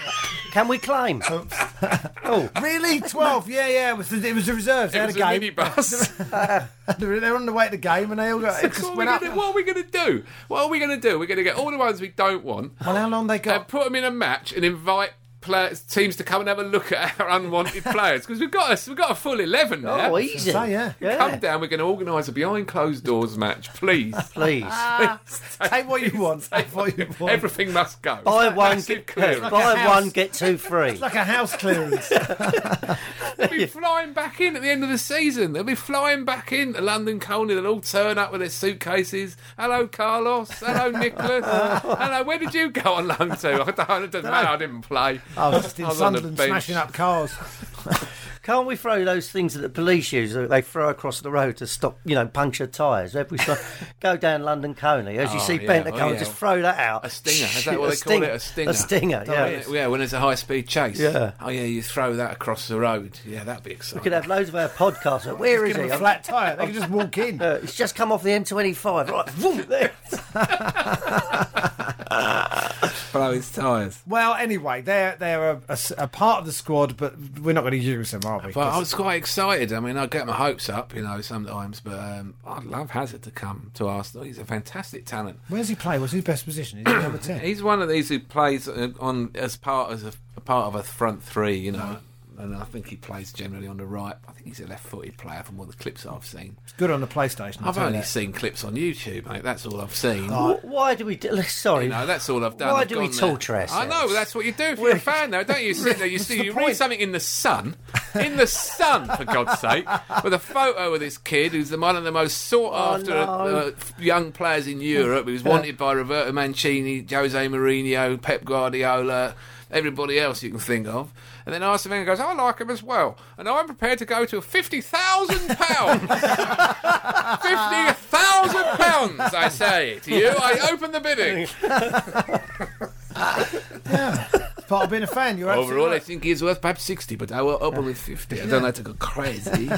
Can we claim? Oh, Really? 12? yeah, yeah. It was the, it was the reserves. They It had a was a game. minibus. They were they were on the way to the game and they all got, it what, just are we went up. gonna, what are we going to do? What are we going to do? We're going to get all the ones we don't want Well, how long they and got? put them in a match and invite players, teams to come and have a look at our unwanted players because we've got us, we've got a full eleven now. oh, easy. So, yeah. Come down. We're going to organise a behind closed doors match, please. Please Ah, Take what you want. Take what you want. Everything must go. buy one, Massive get, clearance. a buy house. one, get two free. Like a house clearance. They'll be flying back in at the end of the season. They'll be flying back in to London Colney. They'll all turn up with their suitcases. Hello, Carlos. Hello, Nicholas. Hello, where did you go on loan to? I don't, it doesn't matter. I didn't play. I was just in I was on the Sunderland bench. smashing up cars. Can't we throw those things that the police use that they throw across the road to stop, you know, puncture tyres? Every time, go down London Coney, as you Oh, see yeah. Bent Oh, go, yeah. just throw that out. A stinger. Is that what A they call it? A stinger. stinger. Oh, A stinger, yeah. Yeah, when it's a high speed chase. Yeah. Oh, yeah, you throw that across the road. Yeah, that'd be exciting. We could have loads of our podcasts. Like, Where is Give he? them a I'm- flat tyre. They can just walk in. uh, it's just come off the M25. Right, vroom, there. blow his tyres. Well, anyway, they're they're a, a s- a part of the squad, but we're not going to use them, are we? Well, I was quite excited. I mean, I get my hopes up, you know, sometimes, but um, I'd love Hazard to come to Arsenal. He's a fantastic talent. Where's he play? What's his best position? Is he number ten? He's one of these who plays uh, on as part as a, a part of a front three, you know. And I think he plays generally on the right. I think he's a left-footed player from all the clips I've seen. It's good on the PlayStation. I'll I've tell you only that. seen clips on YouTube, mate. That's all I've seen. Wh- Why do we do... Sorry. You know, that's all I've done. Why I've do we gone there. torture I ourselves? know that's what you do if you're a fan, though, don't you? You Sit there, you see, you read something in the sun, in the sun, for God's sake, with a photo of this kid who's the one of the most sought after Oh, no. uh, young players in Europe. He was wanted by Roberto Mancini, Jose Mourinho, Pep Guardiola, everybody else you can think of. And then Arsene Wenger goes, "I like him as well, and I'm prepared to go to fifty thousand pounds." Fifty thousand pounds, I say to you. I open the bidding. It's part of being a fan. You're absolutely Overall, I right. think he's worth perhaps 60, but I will open with 50. I don't like to go crazy.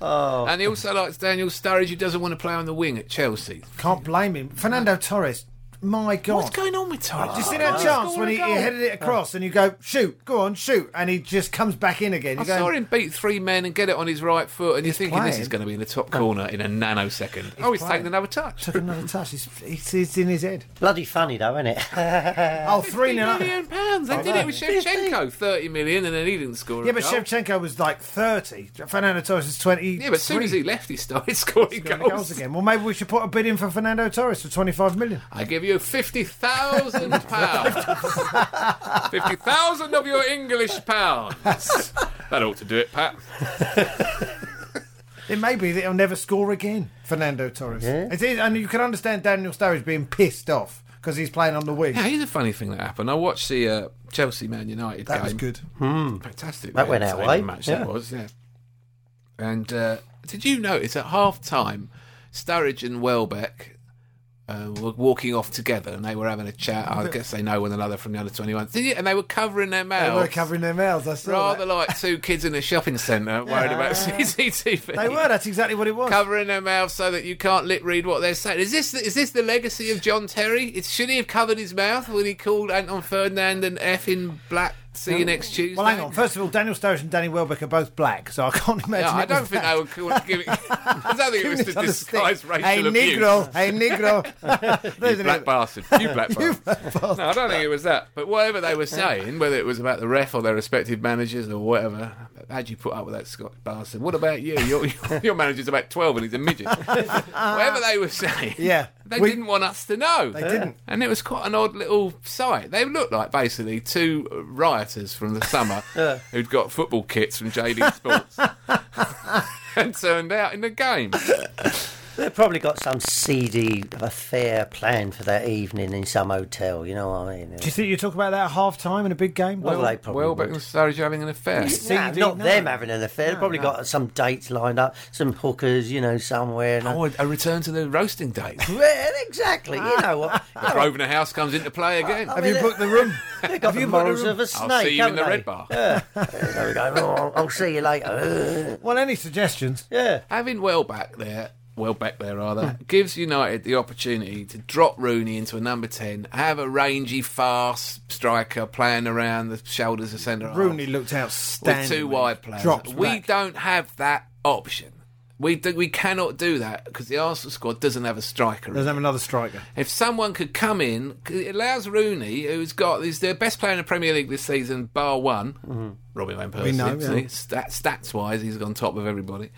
And he also likes Daniel Sturridge, who doesn't want to play on the wing at Chelsea. can't blame him. Fernando Torres. My God. What's going on with Torres? Did you see that chance when he, he headed it across and you go, shoot, go on, shoot, and he just comes back in again? I You're saw going, him beat three men and get it on his right foot, and you're thinking this playing. is going to be in the top corner in a nanosecond. oh, he's playing. taken another touch. Took another touch. He's, he's, he's in his head. Bloody funny, though, isn't it? Oh, three Fifty now. million pounds. They did it with Shevchenko, 30 million, and then he didn't score. a Yeah, but goal. Shevchenko was like 30. Fernando Torres is 20. Yeah, but as soon as he left, he started scoring goals. again. Well, maybe we should put a bid in for Fernando Torres for 25 million. I give you fifty thousand pounds. fifty thousand of your English pounds. That ought to do it, Pat. It may be that he'll never score again, Fernando Torres. It is, and you can understand Daniel Sturridge being pissed off because he's playing on the wing. Yeah, here's a funny thing that happened. I watched the uh, Chelsea Man United That game. was good. Fantastic. That went our entertaining way. Match that was. Yeah. And uh, did you notice at half time, Sturridge and Welbeck uh, were walking off together and they were having a chat. I guess they know one another from the under 21s. Did you? And they were covering their They mouths. were covering their mouths. I saw Rather that. like two kids in a shopping centre worried about CCTV. They were. That's exactly what it was. Covering their mouth so that you can't lip read what they're saying. Is this the, is this the legacy of John Terry? It's, should he have covered his mouth when he called Anton Ferdinand and F in black? See you next Tuesday. well, hang on. First of all, Daniel Sturridge and Danny Welbeck are both black, so I can't imagine. No, I it was don't think that. they were called. Give it, I don't think it was to Goodness, on the stick. disguise racial Hey, abuse. Negro. Hey, Negro. You There's an- black bastard. You black bastard. No, I don't think it was that. But whatever they were saying, whether it was about the ref or their respective managers or whatever, how'd you put up with that Scottish bastard? What about you? Your, your manager's about 12 and he's a midget. whatever they were saying, Yeah. they We- didn't want us to know. They didn't. And it was quite an odd little sight. They looked like basically two rioters from the summer who'd got football kits from JD Sports and turned out in the game. They've probably got some seedy affair planned for that evening in some hotel. You know what I mean? Do you think you talk about that at half time in a big game? Well, they probably Well, would. but Sturridge having an affair. Nah, CD, not no. them having an affair. They've probably got some dates lined up, some hookers, you know, somewhere. and- Oh, a- a return to the roasting date. Well, exactly. Ah. You know what? The Grosvenor House comes into play again. Have you booked the room? They've got the you put morals the- of a snake. I'll see you in haven't the they? red bar. There we go. Oh, I'll- I'll see you later. Well, any suggestions? Yeah. Having Welbeck there, Welbeck there Hmm. rather, gives United the opportunity to drop Rooney into a number 10, have a rangy, fast striker playing around the shoulders of centre half Rooney looked with outstanding. two wide players. Dropped we back. don't have that option. We, do, we cannot do that because the Arsenal squad doesn't have a striker. in Doesn't have another striker. If someone could come in, 'cause it allows Rooney, who's got is the best player in the Premier League this season, bar one, Robbie Van Persie. Mm-hmm. know, see, yeah. stat, stats wise, he's on top of everybody.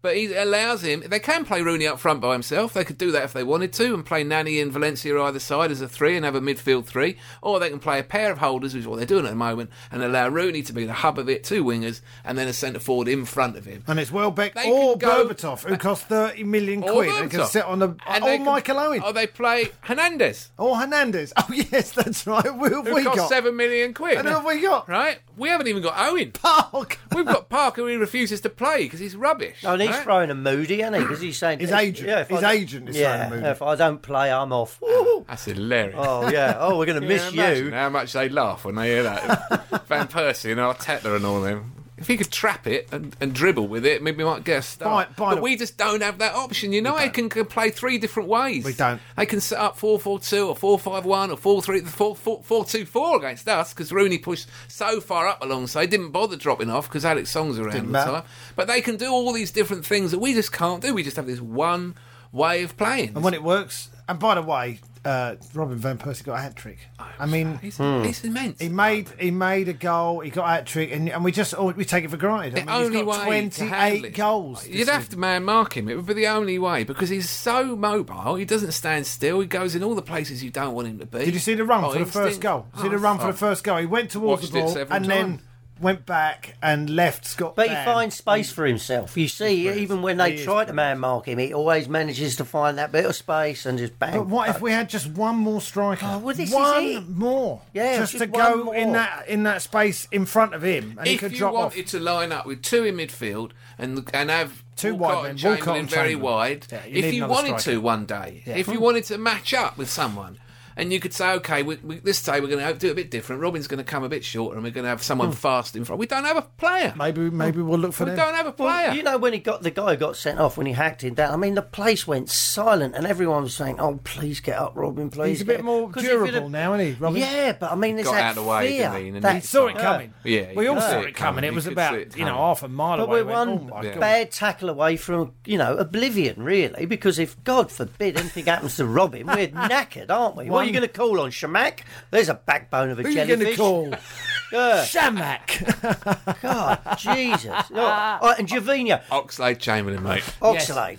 But he allows him. They can play Rooney up front by himself. They could do that if they wanted to, and play Nani and Valencia either side as a three, and have a midfield three. Or they can play a pair of holders, which is what they're doing at the moment, and allow Rooney to be the hub of it, two wingers, and then a centre forward in front of him. And it's Welbeck They or could go- Berbatov, who cost 30 million Or quid and can Berbatov. sit on the. And or they can- Michael Owen. Or they play Hernandez, or Hernandez. Oh, yes, that's right. Who have who we cost got? seven million quid. And who have we got? right? We haven't even got Owen. Park. We've got Parker who refuses to play because he's rubbish. Oh, and he's right? throwing a moody, isn't he? Because he's saying His agent- Yeah, if I his don't- agent is throwing yeah, a moody. If I don't play, I'm off. Woo! That's hilarious. Oh yeah. Oh, we're gonna Can miss imagine you. How much they laugh when they hear that. Van Persie and Arteta and all them. If he could trap it and, and dribble with it, maybe we might get a start. By- by but the- we just don't have that option. You know, they can, can play three different ways. We don't. They can set up 4 4 2 or 4 5 1 or 4 3 4 4 4 2 4 against us because Rooney pushed so far up alongside, didn't bother dropping off because Alex Song's around all Didn't the matter. time. But they can do all these different things that we just can't do. We just have this one way of playing. And when it works. And by the way, uh, Robin Van Persie got a hat trick. Oh, I mean. hmm. It's, it's immense. He made he made a goal. He got a hat trick, and, and we just oh, we take it for granted. I The mean, only he's got way to twenty handle it. eight goals. You'd this have to man mark him. It would be the only way because he's so mobile. He doesn't stand still. He goes in all the places you don't want him to be. Did you see the run Oh, for the first instinct. goal? Did you see Oh, the run for oh. the first goal? He went towards Watched the it ball and several times. then went back and left Scott. But he down. finds space for himself. You see, even when they He is try to man mark him, he always manages to find that bit of space and just bang. But what if we had just one more striker? Oh, well, this is one it. more. Yeah, just, just to one go in more. that in that space in front of him, and he If could you drop off. wanted to line up with two in midfield and and have Two Walcott wide men, and Walcott Chamberlain and very Chamberlain. wide, Yeah, you if need you another wanted striker. to one day, if you wanted to match up with someone. And you could say, okay, we, we, this day we're going to do it a bit different. Robin's going to come a bit shorter, and we're going to have someone fast in front. We don't have a player. Maybe maybe we'll look Hmm. for we them. don't have a player. You know when he got the guy got sent off when he hacked him down. I mean, the place went silent, and everyone was saying, "Oh, please get up, Robin. Please." He's a get bit up." more 'Cause if you'd durable have- now, isn't he, Robin? Yeah, but I mean, there's got that out of the way, fear. didn't he? And that- he Saw it Yeah. coming. Yeah, we you all could saw see it it coming. coming. It was You could see it about you know coming. half a mile But away. we're We went, one oh my God. bad tackle away from, you know, oblivion, really, because if, God forbid, anything happens to Robin, we're knackered, aren't we? What are you One- going to call on, Shamak? There's a backbone of a Who are you jellyfish. going to call? Yeah. Shamak. God, Jesus. Oh, oh, and Javinia, Oxlade Chamberlain, mate. Oxalate,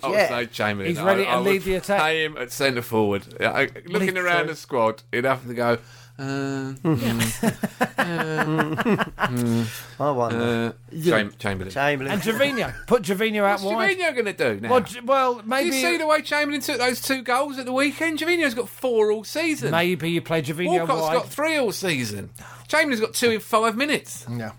Oxlade yeah. Chamberlain. Oh, He's ready I, I to lead would the attack. Play him at centre forward. I- I- looking through. around the squad, he'd have to go. Uh, mm, I wonder. uh, Cham- Chamberlain. Chamberlain. and Javinho. Put Javinho out What's wide. Jorginho going to do now? Well, J- well, Did you maybe see the way Chamberlain took those two goals at the weekend? Jorginho's got four all season. maybe you play Javinho Walcott's wide. got three all season. Chamberlain's got two in five minutes yeah.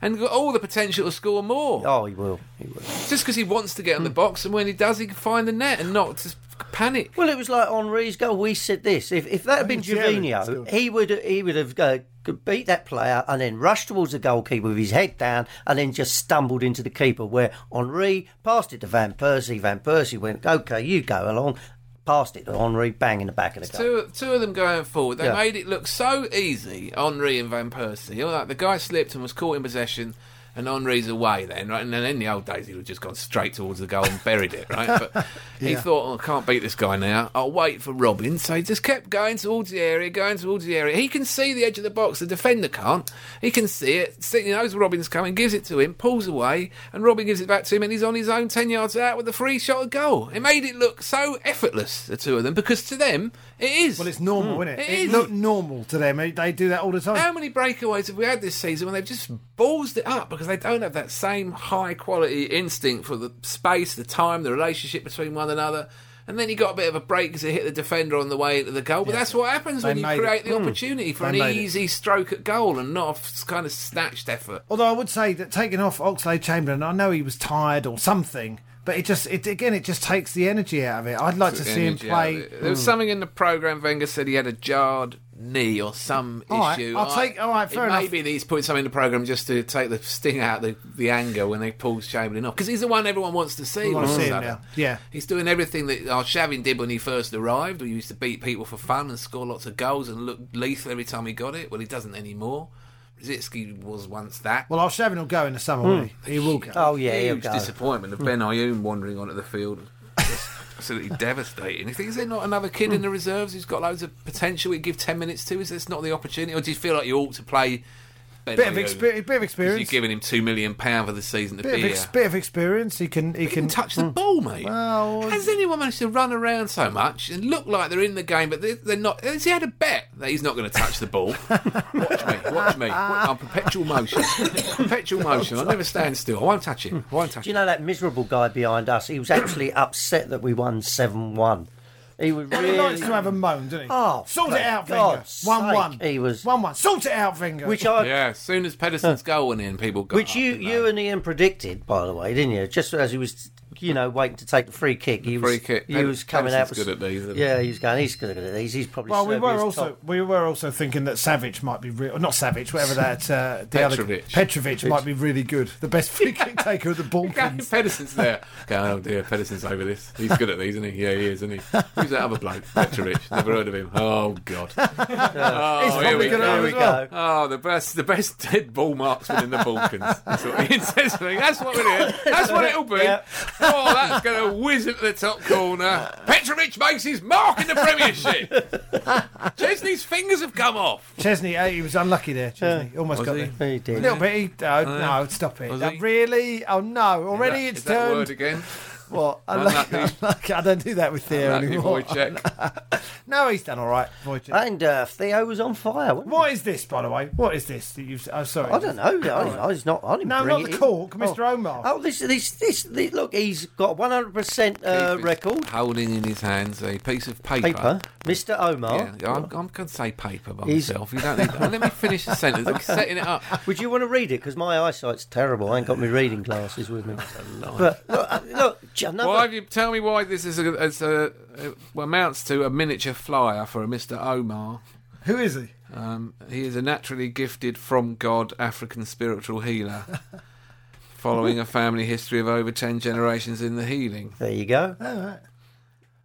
and got all the potential to score more. oh, he will. He will. Just because he wants to get on the box and when he does, he can find the net and not just panic. Well, it was like Henri's goal. We said this: if, if that had been think Gerrard still- Jovino, he would he would have uh, beat that player and then rushed towards the goalkeeper with his head down and then just stumbled into the keeper. Where Henri passed it to Van Persie. Van Persie went, "Okay, you go along." Passed it to Henri, bang in the back of the goal. Two, two of them going forward. They Yeah. made it look so easy, Henri and Van Persie. All that, the guy slipped and was caught in possession, and Henri's away then, right? And then in the old days, he would have just gone straight towards the goal and buried it, right? But he thought, oh, I can't beat this guy now. I'll wait for Robin. So he just kept going towards the area, going towards the area. He can see the edge of the box. The defender can't. He can see it. See- He knows Robin's coming, gives it to him, pulls away, and Robin gives it back to him, and he's on his own 10 yards out with a free shot at goal. It made it look so effortless, the two of them, because to them, it is. Well, it's normal, isn't it? It is. looked normal to them. They- They do that all the time. How many breakaways have we had this season when they've just ballsed it up because they don't have that same high quality instinct for the space, the time, the relationship between one another? And then you got a bit of a break because it hit the defender on the way into the goal. But that's what happens when They you made create it. Mm. the opportunity for They an made it. easy stroke at goal and not a f- kind of snatched effort. Although I would say that taking off Oxlade Chamberlain, I know he was tired or something, but it just it again it just takes the energy out of it. I'd like to see him Energy out of play. Hmm. it. There was something in the program. Wenger said he had a jarred knee or some All right, issue. I'll I- take- all right, fair it enough. Maybe that he's putting something in the program just to take the sting out the the anger when they pulls Chamberlain off because he's the one everyone wants to see. wanna all of a see him sudden. now, yeah. he's doing everything that our Shavin did when he first arrived. We used to beat people for fun and score lots of goals and look lethal every time he got it. Well, he doesn't anymore. Rositsky was once that. Well, Arshavin will go in the summer, won't he? He will go. Oh yeah, he'll Huge go. disappointment of Ben Ayoun wandering onto the field. Just Absolutely devastating. You think, is there not another kid in the reserves who's got loads of potential we give 10 minutes to? Is this not the opportunity? Or do you feel like you ought to play Ben Bit of Ayoun? experience. Bit of 'Cause You're experience. giving him £2 million for the season to Bit be of, here. ex- bit of experience. He can. He He can can. touch the ball, mate. Well- Has anyone managed to run around so much and look like they're in the game, but they're, they're not? Has he had a bet that he's not going to touch the ball? watch me, watch me. I'm perpetual motion, perpetual motion. I'll never stand still. I won't touch him. I won't touch Do him. you know that miserable guy behind us? He was actually upset that we won seven one. He was He likes really. to have a moan, doesn't he? Oh, sort for it out, Wenger. God's One one. sake, he was- one one. Sort it out, Wenger. Which I Yeah, as soon as Pedersen's goal went in, people "Oh, got Which you, up, didn't you they? and Ian predicted, by the way, didn't you? Just as he was, you know, waiting to take the free kick, he free was kick. he Ped- was coming out. Pedersen's with- good at these, isn't he? yeah, he's going. He's good at these. He's probably. well, we were Serbia's also top- we were also thinking that Savage might be real, not Savage, whatever that uh, the other Petrovic. Petrovic might be really good, the best free kick taker of the Okay, Balkans. Pedersen's there. Okay, oh dear, Pedersen's over this. He's good at these, isn't he? Yeah, he is, isn't he? Who's that other bloke? Petrovic. Never heard of him. Oh God. Oh, He's here probably we good at go. them we as well. go. Oh, the best, the best dead ball marksman in the Balkans. That's what Ian says to me. That's what it is. That's what it'll be. Yeah. Oh, that's going to whiz into the top corner. Petrovic makes his mark in the Premiership. Chesney's fingers have come off. Chesney, eh, he was unlucky there. Chesney almost Was got he? there. He did. A little bit. He, oh, no, stop it. Was Uh, he? really? Oh no! Is Already that- it's is that turned. word again. What? Unlucky. Unlucky. unlucky. I don't do that with Theo Lucky boy anymore. check. No, he's done all right. Wojciech. And uh, Theo was on fire. wasn't he? what is this, by the way? What is this? That you've? Oh, sorry. I don't know. I didn't, I was not. I didn't No, bring not it the in. cork, Mr. Oh. Omar. Oh, this, this, this, this. Look, he's got 100% uh, Keith is record. Holding in his hands a piece of paper. Paper, Oh, Mr. Omar. Yeah, I'm, I'm going to say paper by He's- myself. You don't need that. Let me finish the sentence. I'm setting it up. Would you want to read it? Because my eyesight's terrible. I ain't got my reading glasses with me. but look, uh, look j- another. Why have you tell me why this is a, it's a, it amounts to a miniature flyer for a Mr. Omar? Who is he? Um, he is a naturally gifted from God African spiritual healer, following a family history of over ten generations in the healing. There you go. Uh,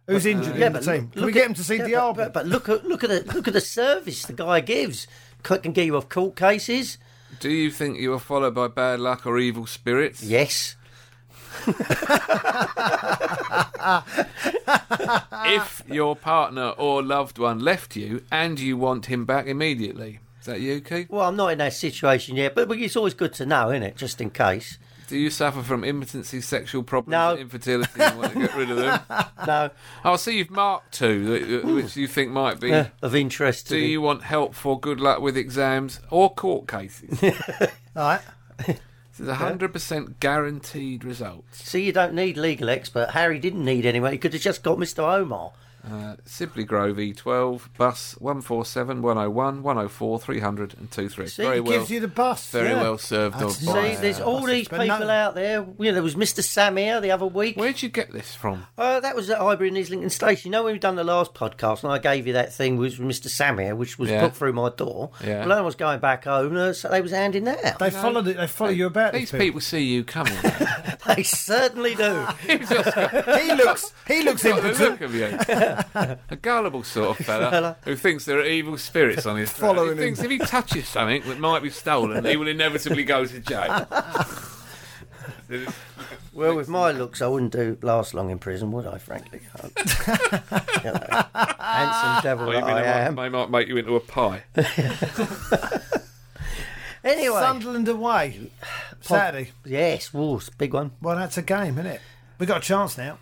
Who's injured in the look- team? Can look we get at- him to see yeah, the but, but, but look at look at the look at the service the guy gives. C- Can get you off court cases. Do you think you are followed by bad luck or evil spirits? Yes. If your partner or loved one left you and you want him back immediately. Is that you, Keith? Well, I'm not in that situation yet, but, but it's always good to know, isn't it? Just in case. Do you suffer from impotency, sexual problems, No. and infertility? and want to get rid of them? No, I'll see you've marked two, uh, which you think might be. yeah, of interest. Do to the- you want help for good luck with exams or court cases? All right. There's a hundred percent guaranteed results. See, you don't need legal expert. Harry didn't need anyone. He could have just got Mr. Omar. Uh, Sibley Grove E12, bus 147, 101, 104, 300, and 23. See, Very it well. gives you the bus, Very yeah. well served That's of See, nice. by. there's all these But people no- out there. You know, there was Mr. Sam here the other week. Where'd you get this from? Uh, that was at Highbury and Islington Station. You know, when we done the last podcast, and I gave you that thing with Mr. Sam here, which was Yeah. put through my door. Yeah. Well, I was going back home, uh, so they was handing that out. They followed it. They follow you Oh, about. These These people. see you coming. They certainly do. He's just got he looks. He looks the impotent. look of you. A gullible sort of fella who thinks there are evil spirits on his trail. Following him. He thinks if he touches something that might be stolen, he will inevitably go to jail. well, with my looks, I wouldn't do last long in prison, would I? Frankly, You know, handsome devil Oh, Well, you that mean I they might- am. they might make you into a pie. Anyway, Sunderland away Saturday. yes, Wolves, big one. Well, that's a game, isn't it? We got a chance now.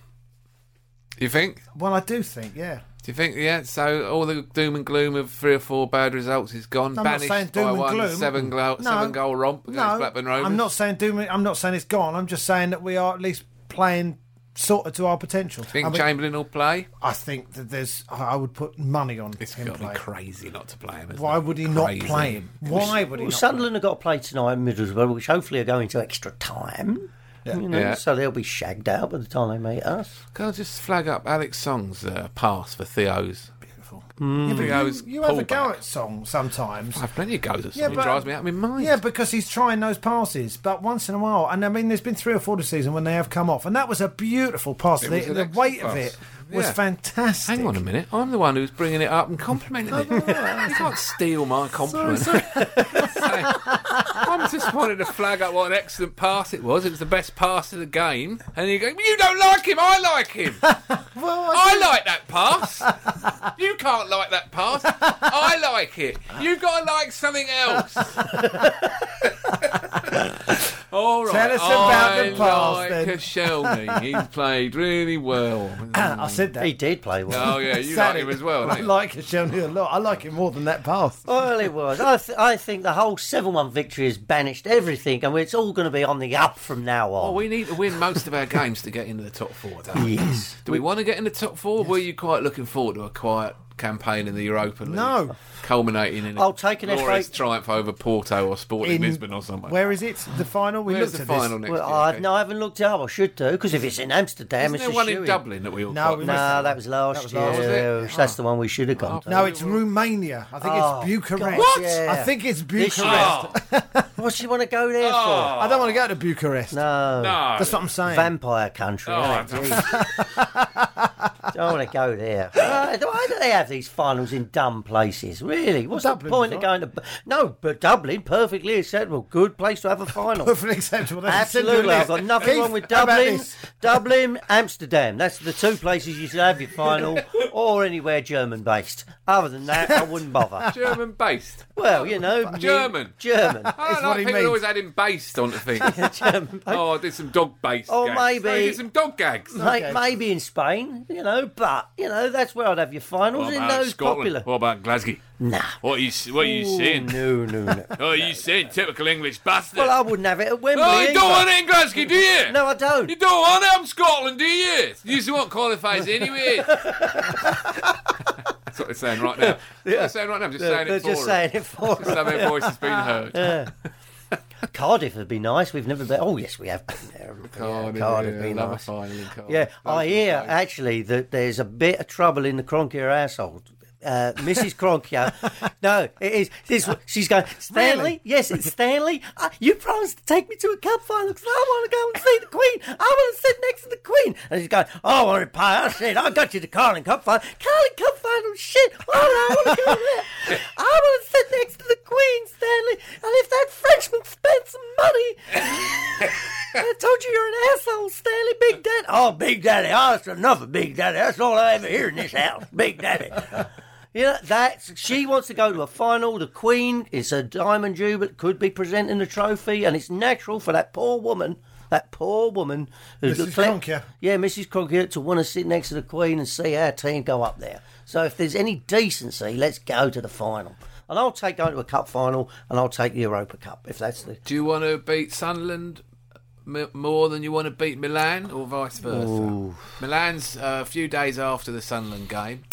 You think? Well, I do think, yeah. Do you think? Yeah. So all the doom and gloom of three or four bad results is gone. I'm banished not saying doom by and one gloom. seven, glo- No. seven goal romp against no, Blackburn Rovers. I'm not saying doom. I'm not saying it's gone. I'm just saying that we are at least playing sort of to our potential. Think I, mean, Chamberlain will play? I think that there's. I I would put money on It's him got to be playing. crazy not to play him. isn't Why it? would he Crazy. not play him? Why would he Well, not? Sunderland have got to play tonight at Middlesbrough, which hopefully are going to extra time. You know, Yeah. so they'll be shagged out by the time they meet us. Can I just flag up Alex Song's uh, pass for Theo's? Beautiful. Theo's You have a go pullback. at song sometimes. I have plenty of goes at Yeah, Song. He but- drives me out of my mind. Yeah, because he's trying those passes, but once in a while, and I mean, there's been three or four this season when they have come off, and that was a beautiful pass. It The, was an the excellent weight of pass. it was Yeah. fantastic. Hang on a minute. I'm the one who's bringing it up and complimenting it. you can't steal my compliment. I'm just wanted to flag up what an excellent pass it was. It was the best pass of the game. And you go, you don't like him. I like him. I like that pass. You can't like that pass. I like it. You've got to like something else. All right. Tell us about I the pass, Like then. Koscielny. He's played really well. I said that. He did play well. Oh yeah, you like Saturday. him as well. I Don't you? like Koscielny a lot. I like him more than that pass. Well, it was. I, th- I think the whole 7 1 victory has banished everything, and it's all going to be on the up from now on. Oh, we need to win most of our games to get into the top four. Don't we? Yes. Do we want to get in the top four? Were you quite looking forward to a quiet campaign in the Europa League? No. culminating in a I'll take an glorious FA triumph over Porto or Sporting Lisbon or somewhere. Where is it? The final? We Where's looked the at final This. next well, year? I, Keith? no, I haven't looked it up. I should do, because if it's in Amsterdam, Isn't it's there a one in shoo-in. Dublin that we all No, got? we missed No, that was last was year. last year. Yes, That's the one we should have gone to. No, it's Romania. I think Oh, it's Bucharest. God, What? yeah. I think it's Oh, This Bucharest. year. What do you want to go there I don't want to go to Bucharest. for? No. No. That's what I'm saying. Vampire country. Oh, innit? don't want to go there. Why do- why do they have these finals in dumb places? Really? What's the Dublin point of was going to. Bu- No, but Dublin, perfectly acceptable. Good place to have a final. Perfectly acceptable. That's simply Absolutely. it I've is. got nothing Keith, wrong with how about Dublin. this? Dublin, Amsterdam. That's the two places you should have your final or anywhere German based. Other than that, I wouldn't bother. German based. Well, you know. you- German. German. Oh, I don't like Um, It's what he people means. always adding based onto things. German. oh, I did some dog based. Oh, gags. maybe. I did some dog gags. May- Maybe in Spain, you know, but, you know, that's where I'd have your finals What in about those Scotland? popular. What about Glasgow? Nah. What are you, what are you Ooh, saying? No, no, no. Oh, you saying typical English bastard. Well, I wouldn't have it at Wembley. oh, you either. don't want it in Glasgow, do you? No, I You don't. don't want it in Scotland, do you? You just want qualifiers anyway. That's what they're saying right now. That's what they're saying right now. I'm just saying They're it for just them. saying it for Just so their voice has been heard. Cardiff would be nice. We've never been. Oh yes, we have been there. Cardiff, yeah, Cardiff yeah, would be another nice. final in Cardiff. Yeah, I Lovely hear place. actually that there's a bit of trouble in the Cronkier household. Uh, Mrs. Cronkier, no, it is. This she's going. Stanley, yes, it's Stanley. Uh, you promised to take me to a cup final because I want to go and see the Queen. I want to sit next to the Queen. And she's going. Oh, I want pie. I said I got you to Carling Cup final. Carling Cup final, shit. Why would I want to go there? I want to sit next to the Queen, Stanley. And if that Frenchman spent some money, I told you you're an asshole, Stanley. Big Daddy. Oh, Big Daddy. Oh, that's enough of Big Daddy. That's all I ever hear in this house. Big Daddy. You know, that's, she wants to go to a final. The Queen is a diamond jubilee, could be presenting the trophy, and it's natural for that poor woman, that poor woman. who's Mrs. Cronkier. Yeah, Mrs. Cronkier, to want to sit next to the Queen and see our team go up there. So if there's any decency, let's go to the final. And I'll take going to a cup final, and I'll take the Europa Cup, if that's the Do you want to beat Sunderland M- more than you want to beat Milan, or vice versa. Milan's uh, a few days after the Sunderland game.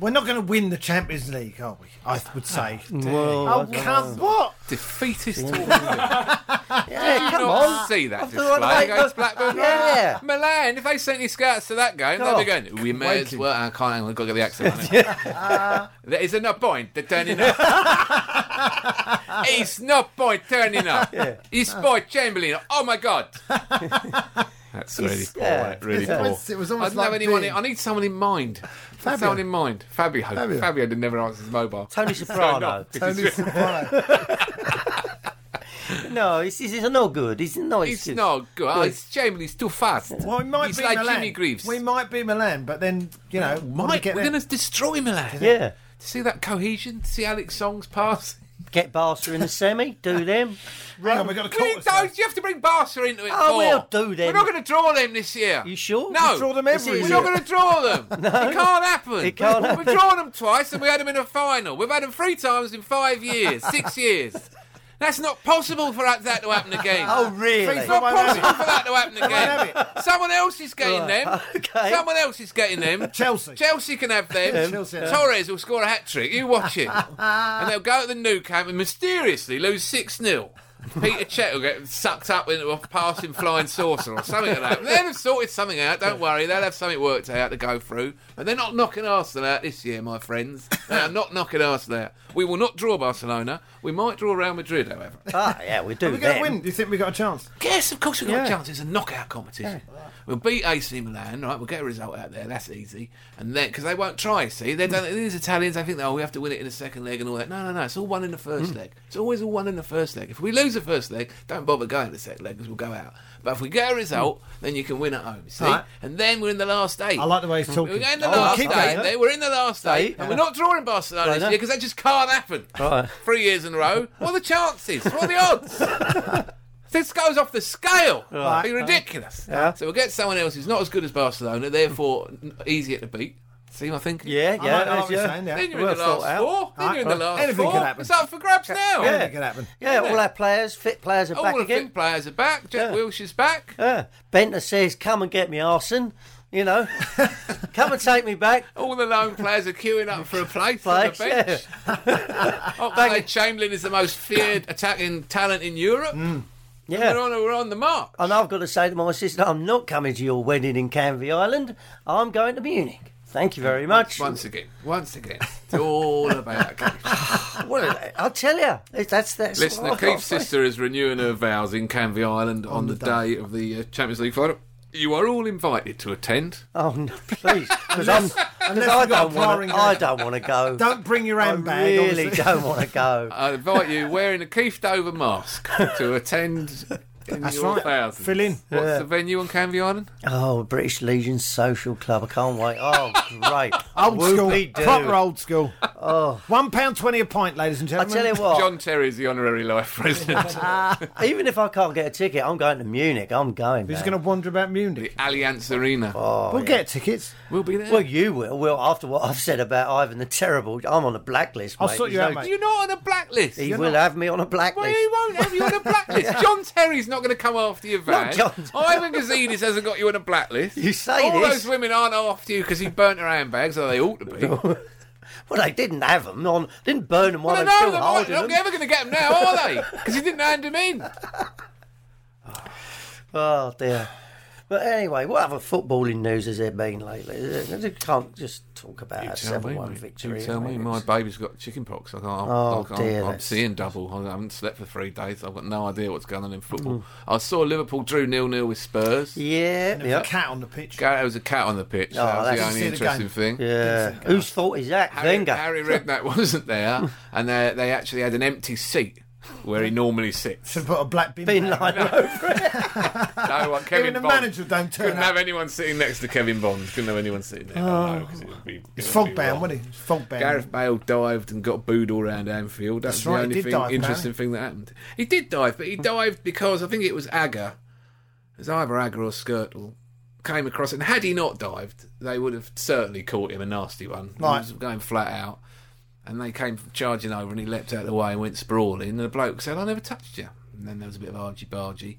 We're not going to win the Champions League, are we? I th- would say. Well, oh, come what? Defeatist talk. yeah, come Come on. see that I've display got one of those- against Blackburn. Yeah. Milan, if they sent your scouts to that game, they'd be going, we may as well. I can't, I've got to get the accent on it. Uh. there is no point to turning up. it's no point turning up. It's by Chamberlain. Oh my God. That's really poor. yeah, really it's- poor. it's- it was almost I don't have like anyone. being- I need someone in mind. Someone in mind. Fabio. Fabio. did never answer his mobile. Tony Soprano. Tony Soprano. no, it's, it's, it's no good. It's no. It's, It's not good. Oh, it's Chamberlain's too fast. Well, we might He's be like Milan. Jimmy Greaves. We might be Milan, but then you know, what do we Mike, get we're then? going to destroy Milan. Yeah. See that cohesion? See Alex Song's pass? Get Barca in the semi. Do them. Hang on, we got to We call don't, you have to bring Barca into it. Oh, for. we'll do then. We're not going to draw them this year. You sure? No. We draw them every We're year. not going to draw them. It can't happen. It can't We've happen. drawn them twice and we had them in a final. We've had them three times in five years, six years. That's not possible for that that to happen again. Oh really? It's not Won't have it. possible for that to happen have again. Someone else is getting Right, them. okay. Someone else is getting them. Chelsea. Chelsea can have them. Chelsea. Torres will score a hat trick. You watch it. and they'll go to the new camp and mysteriously lose 6 0. Peter Chet will get sucked up into a passing flying saucer or something like that. They'll have sorted something out, don't worry. They'll have something worked out to go through. But they're not knocking Arsenal out this year, my friends. They are not knocking Arsenal out. We will not draw Barcelona. We might draw Real Madrid, however. Ah, yeah, we do We're going them. to win. Do you think we got a chance? Yes, of course we've got a chance. It's a knockout competition. We'll beat AC Milan, right? We'll get a result out there. That's easy. And then because they won't try, see, they don't. These Italians, they think, oh, we have to win it in the second leg and all that. No, no, no. It's all one in the first Hmm. leg. It's always all one in the first leg. If we lose the first leg, don't bother going to the second leg because we'll go out. But if we get a result, then you can win at home. See, Hmm. Right. and then we're in the last eight. I like the way he's We're talking. in the Oh, last keep eight. going. They- We're in the last eight, and we're not drawing Barcelona this Right. year because that just can't happen. Right. Three years in a row. What are the chances? What are the odds? This goes off the scale. It'd be ridiculous. So we'll get someone else who's not as good as Barcelona, therefore n- easier to beat. See my thinking? Yeah, I yeah, like- I like what you're yeah. saying, yeah. Then you're Well in the thought last out. four. Then you're in the Right. last Anything four. can happen. It's up for grabs now. Yeah, it could happen. Yeah, all our players, fit players, are All back the again. fit players are back. Jack Yeah. Wilshere's back. Yeah. Benter says, "Come and get me, Arson." You know, come and take me back. All the lone players are queuing up for a place on Place, the bench. Oxlade Chamberlain is the most feared attacking talent in Europe. We're, Mm. Yeah. on, we're on the mark. And I've got to say to my sister, I'm not coming to your wedding in Canvey Island. I'm going to Munich. Thank you very much. Once again, once again, it's all about Keith. Well, I'll tell you, that's that's. Listener, what I've got Keith's to say. sister is renewing her vows in Canvey Island on, the, day of the uh, Champions League final. You are all invited to attend. Oh no, please, because I'm because unless I you've got a don't want firing to. I gun. don't want to go. Don't bring your I own bag. really obviously. don't want to go. I invite you wearing a Keith Dover mask to attend. In That's your right. Thousands. Fill in. What's the venue on Canvey Island? Oh, British Legion Social Club. I can't wait. Oh, great. Old Whoopie school. doo. Proper old school. Oh. One pound twenty a pint, ladies and I gentlemen. tell you what, John Terry is the honorary life president. even if I can't get a ticket, I'm going to Munich. I'm going. He's man. going to wander about Munich. Allianz Arena. we'll get tickets. We'll be there. Oh. Well, you will. Well, after what I've said about Ivan the Terrible, I'm on a blacklist. I'll mate. sort you There's out, mate. You're not on a blacklist. He You're will not. have me on a blacklist. Well, he won't have you on a blacklist. John Terry's not going to come after your van. John- Ivan Gazidis hasn't got you on a blacklist. You say All this. those women aren't after you because you burnt her handbags, or they ought to be. Well, Well, they didn't have them on. Didn't burn them I know while they they're not- were still they're holding not them. ever going to get them now, are they? Because he didn't hand them in. Oh dear. But anyway, what other footballing news has there been lately? I can't just talk about a seven-one victory. you tell me. It's- My baby's got chickenpox. I can't. I'm, Oh, I can't dear, I'm that's- seeing double. I haven't slept for three days. I've got no idea what's going on in football. I saw Liverpool drew nil nil with Spurs. Yeah, There's yeah, a cat on the pitch. Gareth- There was a cat on the pitch. Oh, that was that's- the See only the interesting game. thing. yeah. Whose fault is that? Harry, Wenger. Harry Redknapp wasn't there, and they, they actually had an empty seat where he normally sits. Should put a black bin. Been bag. lying over it. No, well, Kevin Even the Bond manager don't turn couldn't up. have anyone sitting next to Kevin Bond. Couldn't have anyone sitting there. no, 'cause it would be, It's it would fog be bound, wrong. wasn't he? It's fog bound. Gareth Bale dived and got booed all round Anfield. That's, That's the right, he only did thing, dive, interesting thing that happened. He did dive, but he dived because I think it was Agger. It was either Agger or Skirtle. Came across, and had he not dived, they would have certainly caught him a nasty one. He Right. was going flat out, and they came charging over, and he leapt out of the way and went sprawling. And the bloke said, "I never touched you." And then there was a bit of argy bargy.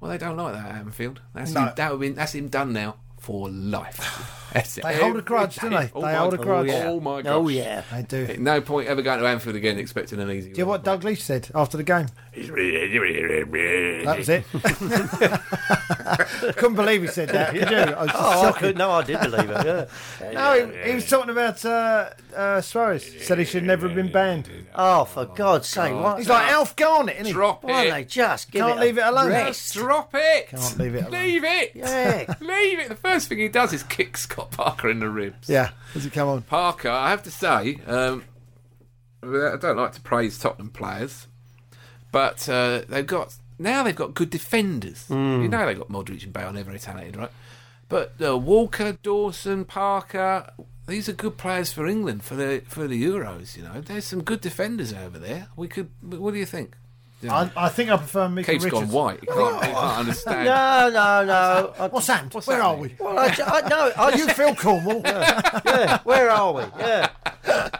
Well, they don't like that at Anfield. That's No. him, that would be, that's him done now for life. That's it. They hold a Every grudge, day. don't they? Oh They my hold a God. grudge. Oh my gosh. Oh yeah. They do. Do At no point ever going to Anfield again expecting an easy. you know what Doug Leach said after the game? That was it. Couldn't believe he said that. Could you? I was just Oh, I shocked. could. No, I did believe it. Yeah. No, he, he was talking about uh, uh, Suarez. Said he should never have been banned. Oh, for God's sake! Why, He's like Alf Garnett, isn't he? Drop why it. don't they just give Can't it a leave it alone. Rest. Drop it. Can't leave it alone. Leave it. Yeah. Leave it. The first thing he does is kick Scott Parker in the ribs. Yeah. Does he come on? Parker, I have to say, um, I don't like to praise Tottenham players, but uh, they've got now they've got good defenders. You know they've got Modric and Bale, they're very talented, right? But uh, Walker, Dawson, Parker, these are good players for England for the for the Euros. You know, there's some good defenders over there. We could. What do you think? I, I think I prefer Mickey Cape's Richards. gone white. He can't, he can't understand. No, no, no. I- What's that? What's Where are happening? we? Well, I, ju- I, no, I You just, Phil Cornwall? yeah, where are we? Yeah.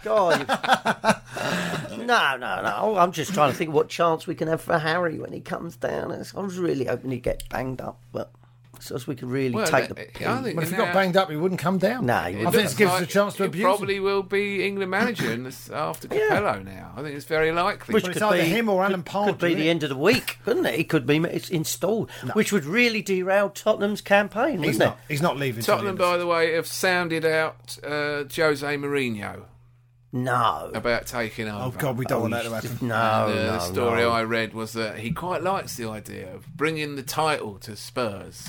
God. you- No, no, no. I'm just trying to think what chance we can have for Harry when he comes down. It's- I was really hoping he'd get banged up, but so as we could really Well, take the. I piss. think But if he now- got banged up, he wouldn't come down. No, he I wouldn't. think this gives us a Like, chance to it abuse him. Probably will be England manager in this after Capello now. I think it's very likely. Which But it's could either be- him or Alan Pardew. could be isn't the it? end of the week, couldn't it? It could be it's installed, which would really derail Tottenham's campaign, He's wouldn't it? not. He's not leaving. till the Tottenham, end of by the way, have sounded out uh, Jose Mourinho No, about taking the- Oh over. Uh, God, we don't want that to happen. no, The no, story no. I read was that he quite likes the idea of bringing the title to Spurs,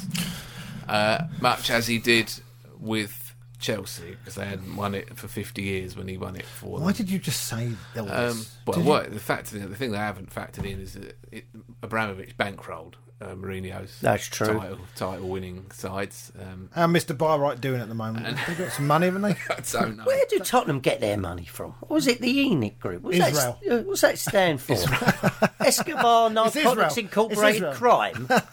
uh, much as he did with Chelsea, because they hadn't won it for 50 years when he won it for them. Why did you just say all this? Oh, Um, well, Did you- what the fact the thing they haven't factored in is that it, Abramovich bankrolled uh, Mourinho's That's true. title title winning sides. Um, How Mr. Byright doing at the moment? They've got some money, haven't they? I don't know. Where do Tottenham get their money from? Or was it the Enoch Group? What's Israel. That, uh, what's that stand for? Escobar Narcotics Israel. It's Incorporated Israel. Crime. Where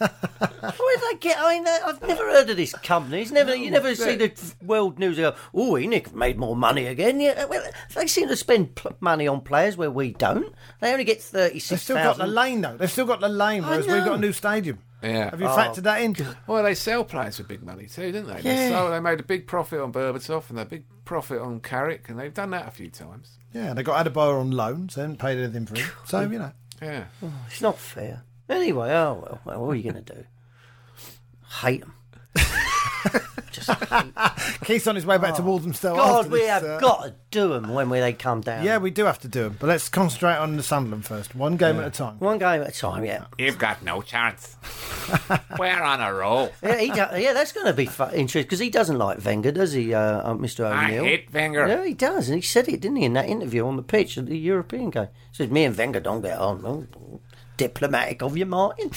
did they get? I know, I've never heard of this company. It's never you never see the world news. and Go, oh, Enoch made more money again. Yeah, well, they seem to spend pl- money on players where we don't. They only get thirty They've six still got the thousand. lane though. They've still got the lane, I whereas we've know. got a new stadium. Yeah. Have you Oh, factored that in? Well, they sell players for big money too, didn't they? They, Yeah. sold, they made a big profit on Berbatov and a big profit on Carrick, and they've done that a few times. Yeah, they got Adebayo on loan, so they haven't paid anything for him. So you know, Yeah. Mm-hmm. It's not fair. Anyway, oh well, well what are you going to do? Hate them. Just hate Keith's on his way back to Walthamstow. Oh. God, after we this, have uh, got to do them when we, they come down. Yeah, we do have to do them, but let's concentrate on the Sunderland first, one game at a time. One game at a time, yeah. You've got no chance. We're on a roll. Yeah, he do- yeah that's going to be fu- interesting because he doesn't like Wenger, does he, uh, uh, Mr. O'Neill? Wenger. No, he does, and he said it, didn't he, in that interview on the pitch at the European game? He said, "Me and Wenger don't get on." Oh, diplomatic of you, Martin.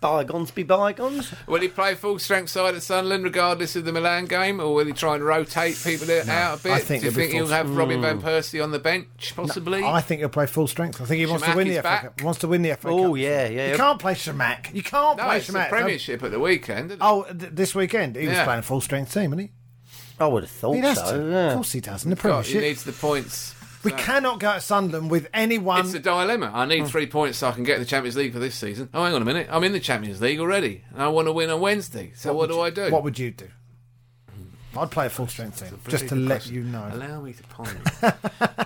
bygones be bygones. Will he play full strength side at Sunderland regardless of the Milan game, or will he try and rotate people out a bit? I think Do you it'll be think he'll full- Mm. have Robbie Van Persie on the bench, possibly? I think he'll play full strength. I think he wants to Schumack win the is FA back. Cup. He wants to win the FA Cup. Oh, yeah, yeah. You can't play Shamak. You can't no, play it's the Shamak. Premiership at the weekend. isn't it? Oh, th- this weekend he was Yeah. playing a full strength team, isn't he? I would have thought He has so. to. Of Yeah. course he does. In the God, he Premiership, needs the points. we cannot go to Sunderland with anyone. It's a dilemma. I hmm. need three points so I can get the Champions League for this season. Oh, hang on a minute. I'm in the Champions League already, and I want to win on Wednesday. So what, do I do? What would you do? I'd play a full strength team, just to Really good let question. you know. Allow me to ponder.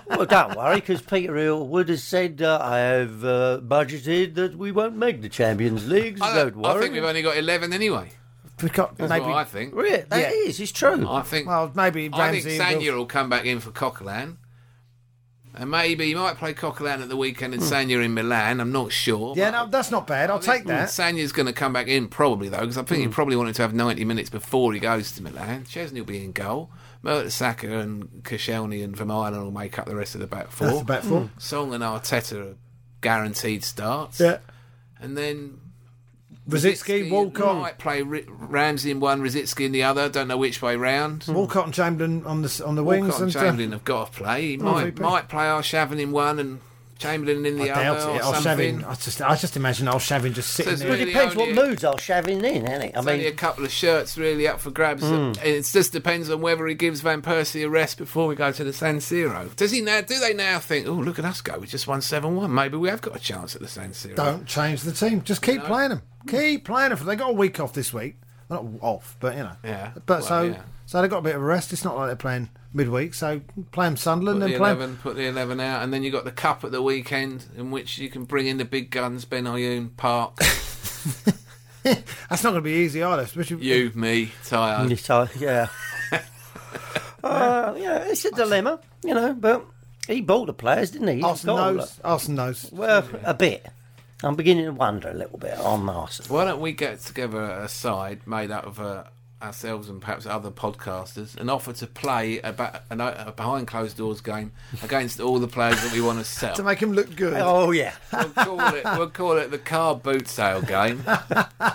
Well, don't worry, because Peter Hill would have said, uh, "I have uh, budgeted that we won't make the Champions League." So I, don't don't- I worry. think we've only got 11 anyway. We've got That's maybe. what I think. Really, that Yeah. is, it's true. I think. Well, maybe I think Ramsey. and Sanya Wilson. will come back in for Coquelin. And maybe he might play Coquelin at the weekend and Sanya in Milan. I'm not sure. Hmm. Yeah, no, that's not bad. I'll take that. Hmm, Hmm. Sanya's going to come back in probably though, because I think he probably wanted to have 90 minutes before he goes to Milan. Chesney will be in goal. Mertesacker and Koscielny and Vermaelen will make up the rest of the back four. That's the back four. Song and Arteta are guaranteed starts. Yeah. And then Rosicki, Walcott, might play Ri- Ramsey in one, Rosicki in the other. Don't know which way round. Walcott and Chamberlain on the s- on the wings Walcott and and uh, Chamberlain have got to play. He might, VP. might play Arshavin in one and Chamberlain in the I doubt other it. or Old something. Shavin, I just, I just imagine old Shavin just sitting it's there. really- It depends what only- moods I'll shaving in, isn't it? I There's only a mean, Hmm. couple of shirts really up for grabs. It just depends on whether he gives Van Persie a rest before we go to the San Siro. Does he now? Do they now think? Oh, look at us go! We just won seven one. Maybe we have got a chance at the San Siro. Don't change the team. Just keep playing them. Keep playing them. They got a week off this week. Not off, but you know. Yeah. But Well, so, yeah. so they got a bit of a rest. It's not like they're playing midweek. So play them Sunderland, Put the then play 'em- eleven, put the eleven out, and then you got the cup at the weekend, in which you can bring in the big guns: Ben Ayoun, Park, That's not going to be easy either. Especially you, me, Tyre. so, yeah. uh, yeah, it's a dilemma, you know, but he bought the players, didn't he? He's Arsenal got all knows. Arsenal knows. that. Well, a bit. I'm beginning to wonder a little bit on Arsenal. Why don't we get together a side made up of uh, ourselves and perhaps other podcasters and offer to play a, ba- an, a behind closed doors game against all the players that we want to sell? To make him look good. Oh, yeah. We'll call it, we'll call it the car boot sale game.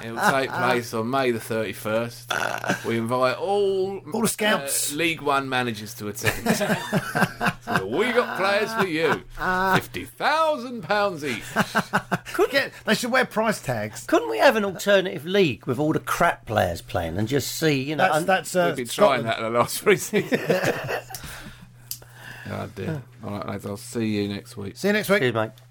It'll take place on May the 31st. We invite all, All the scouts. uh, League One managers to attend. so we got players for you. £50,000 each. Get- they should wear price tags. Couldn't we have an alternative league with all the crap players playing and just see, you know, That's and- that's uh, We've been trying Scotland. that in the last three seasons. oh, dear. All right, lads, I'll see you next week. See you next week. Excuse me, mate.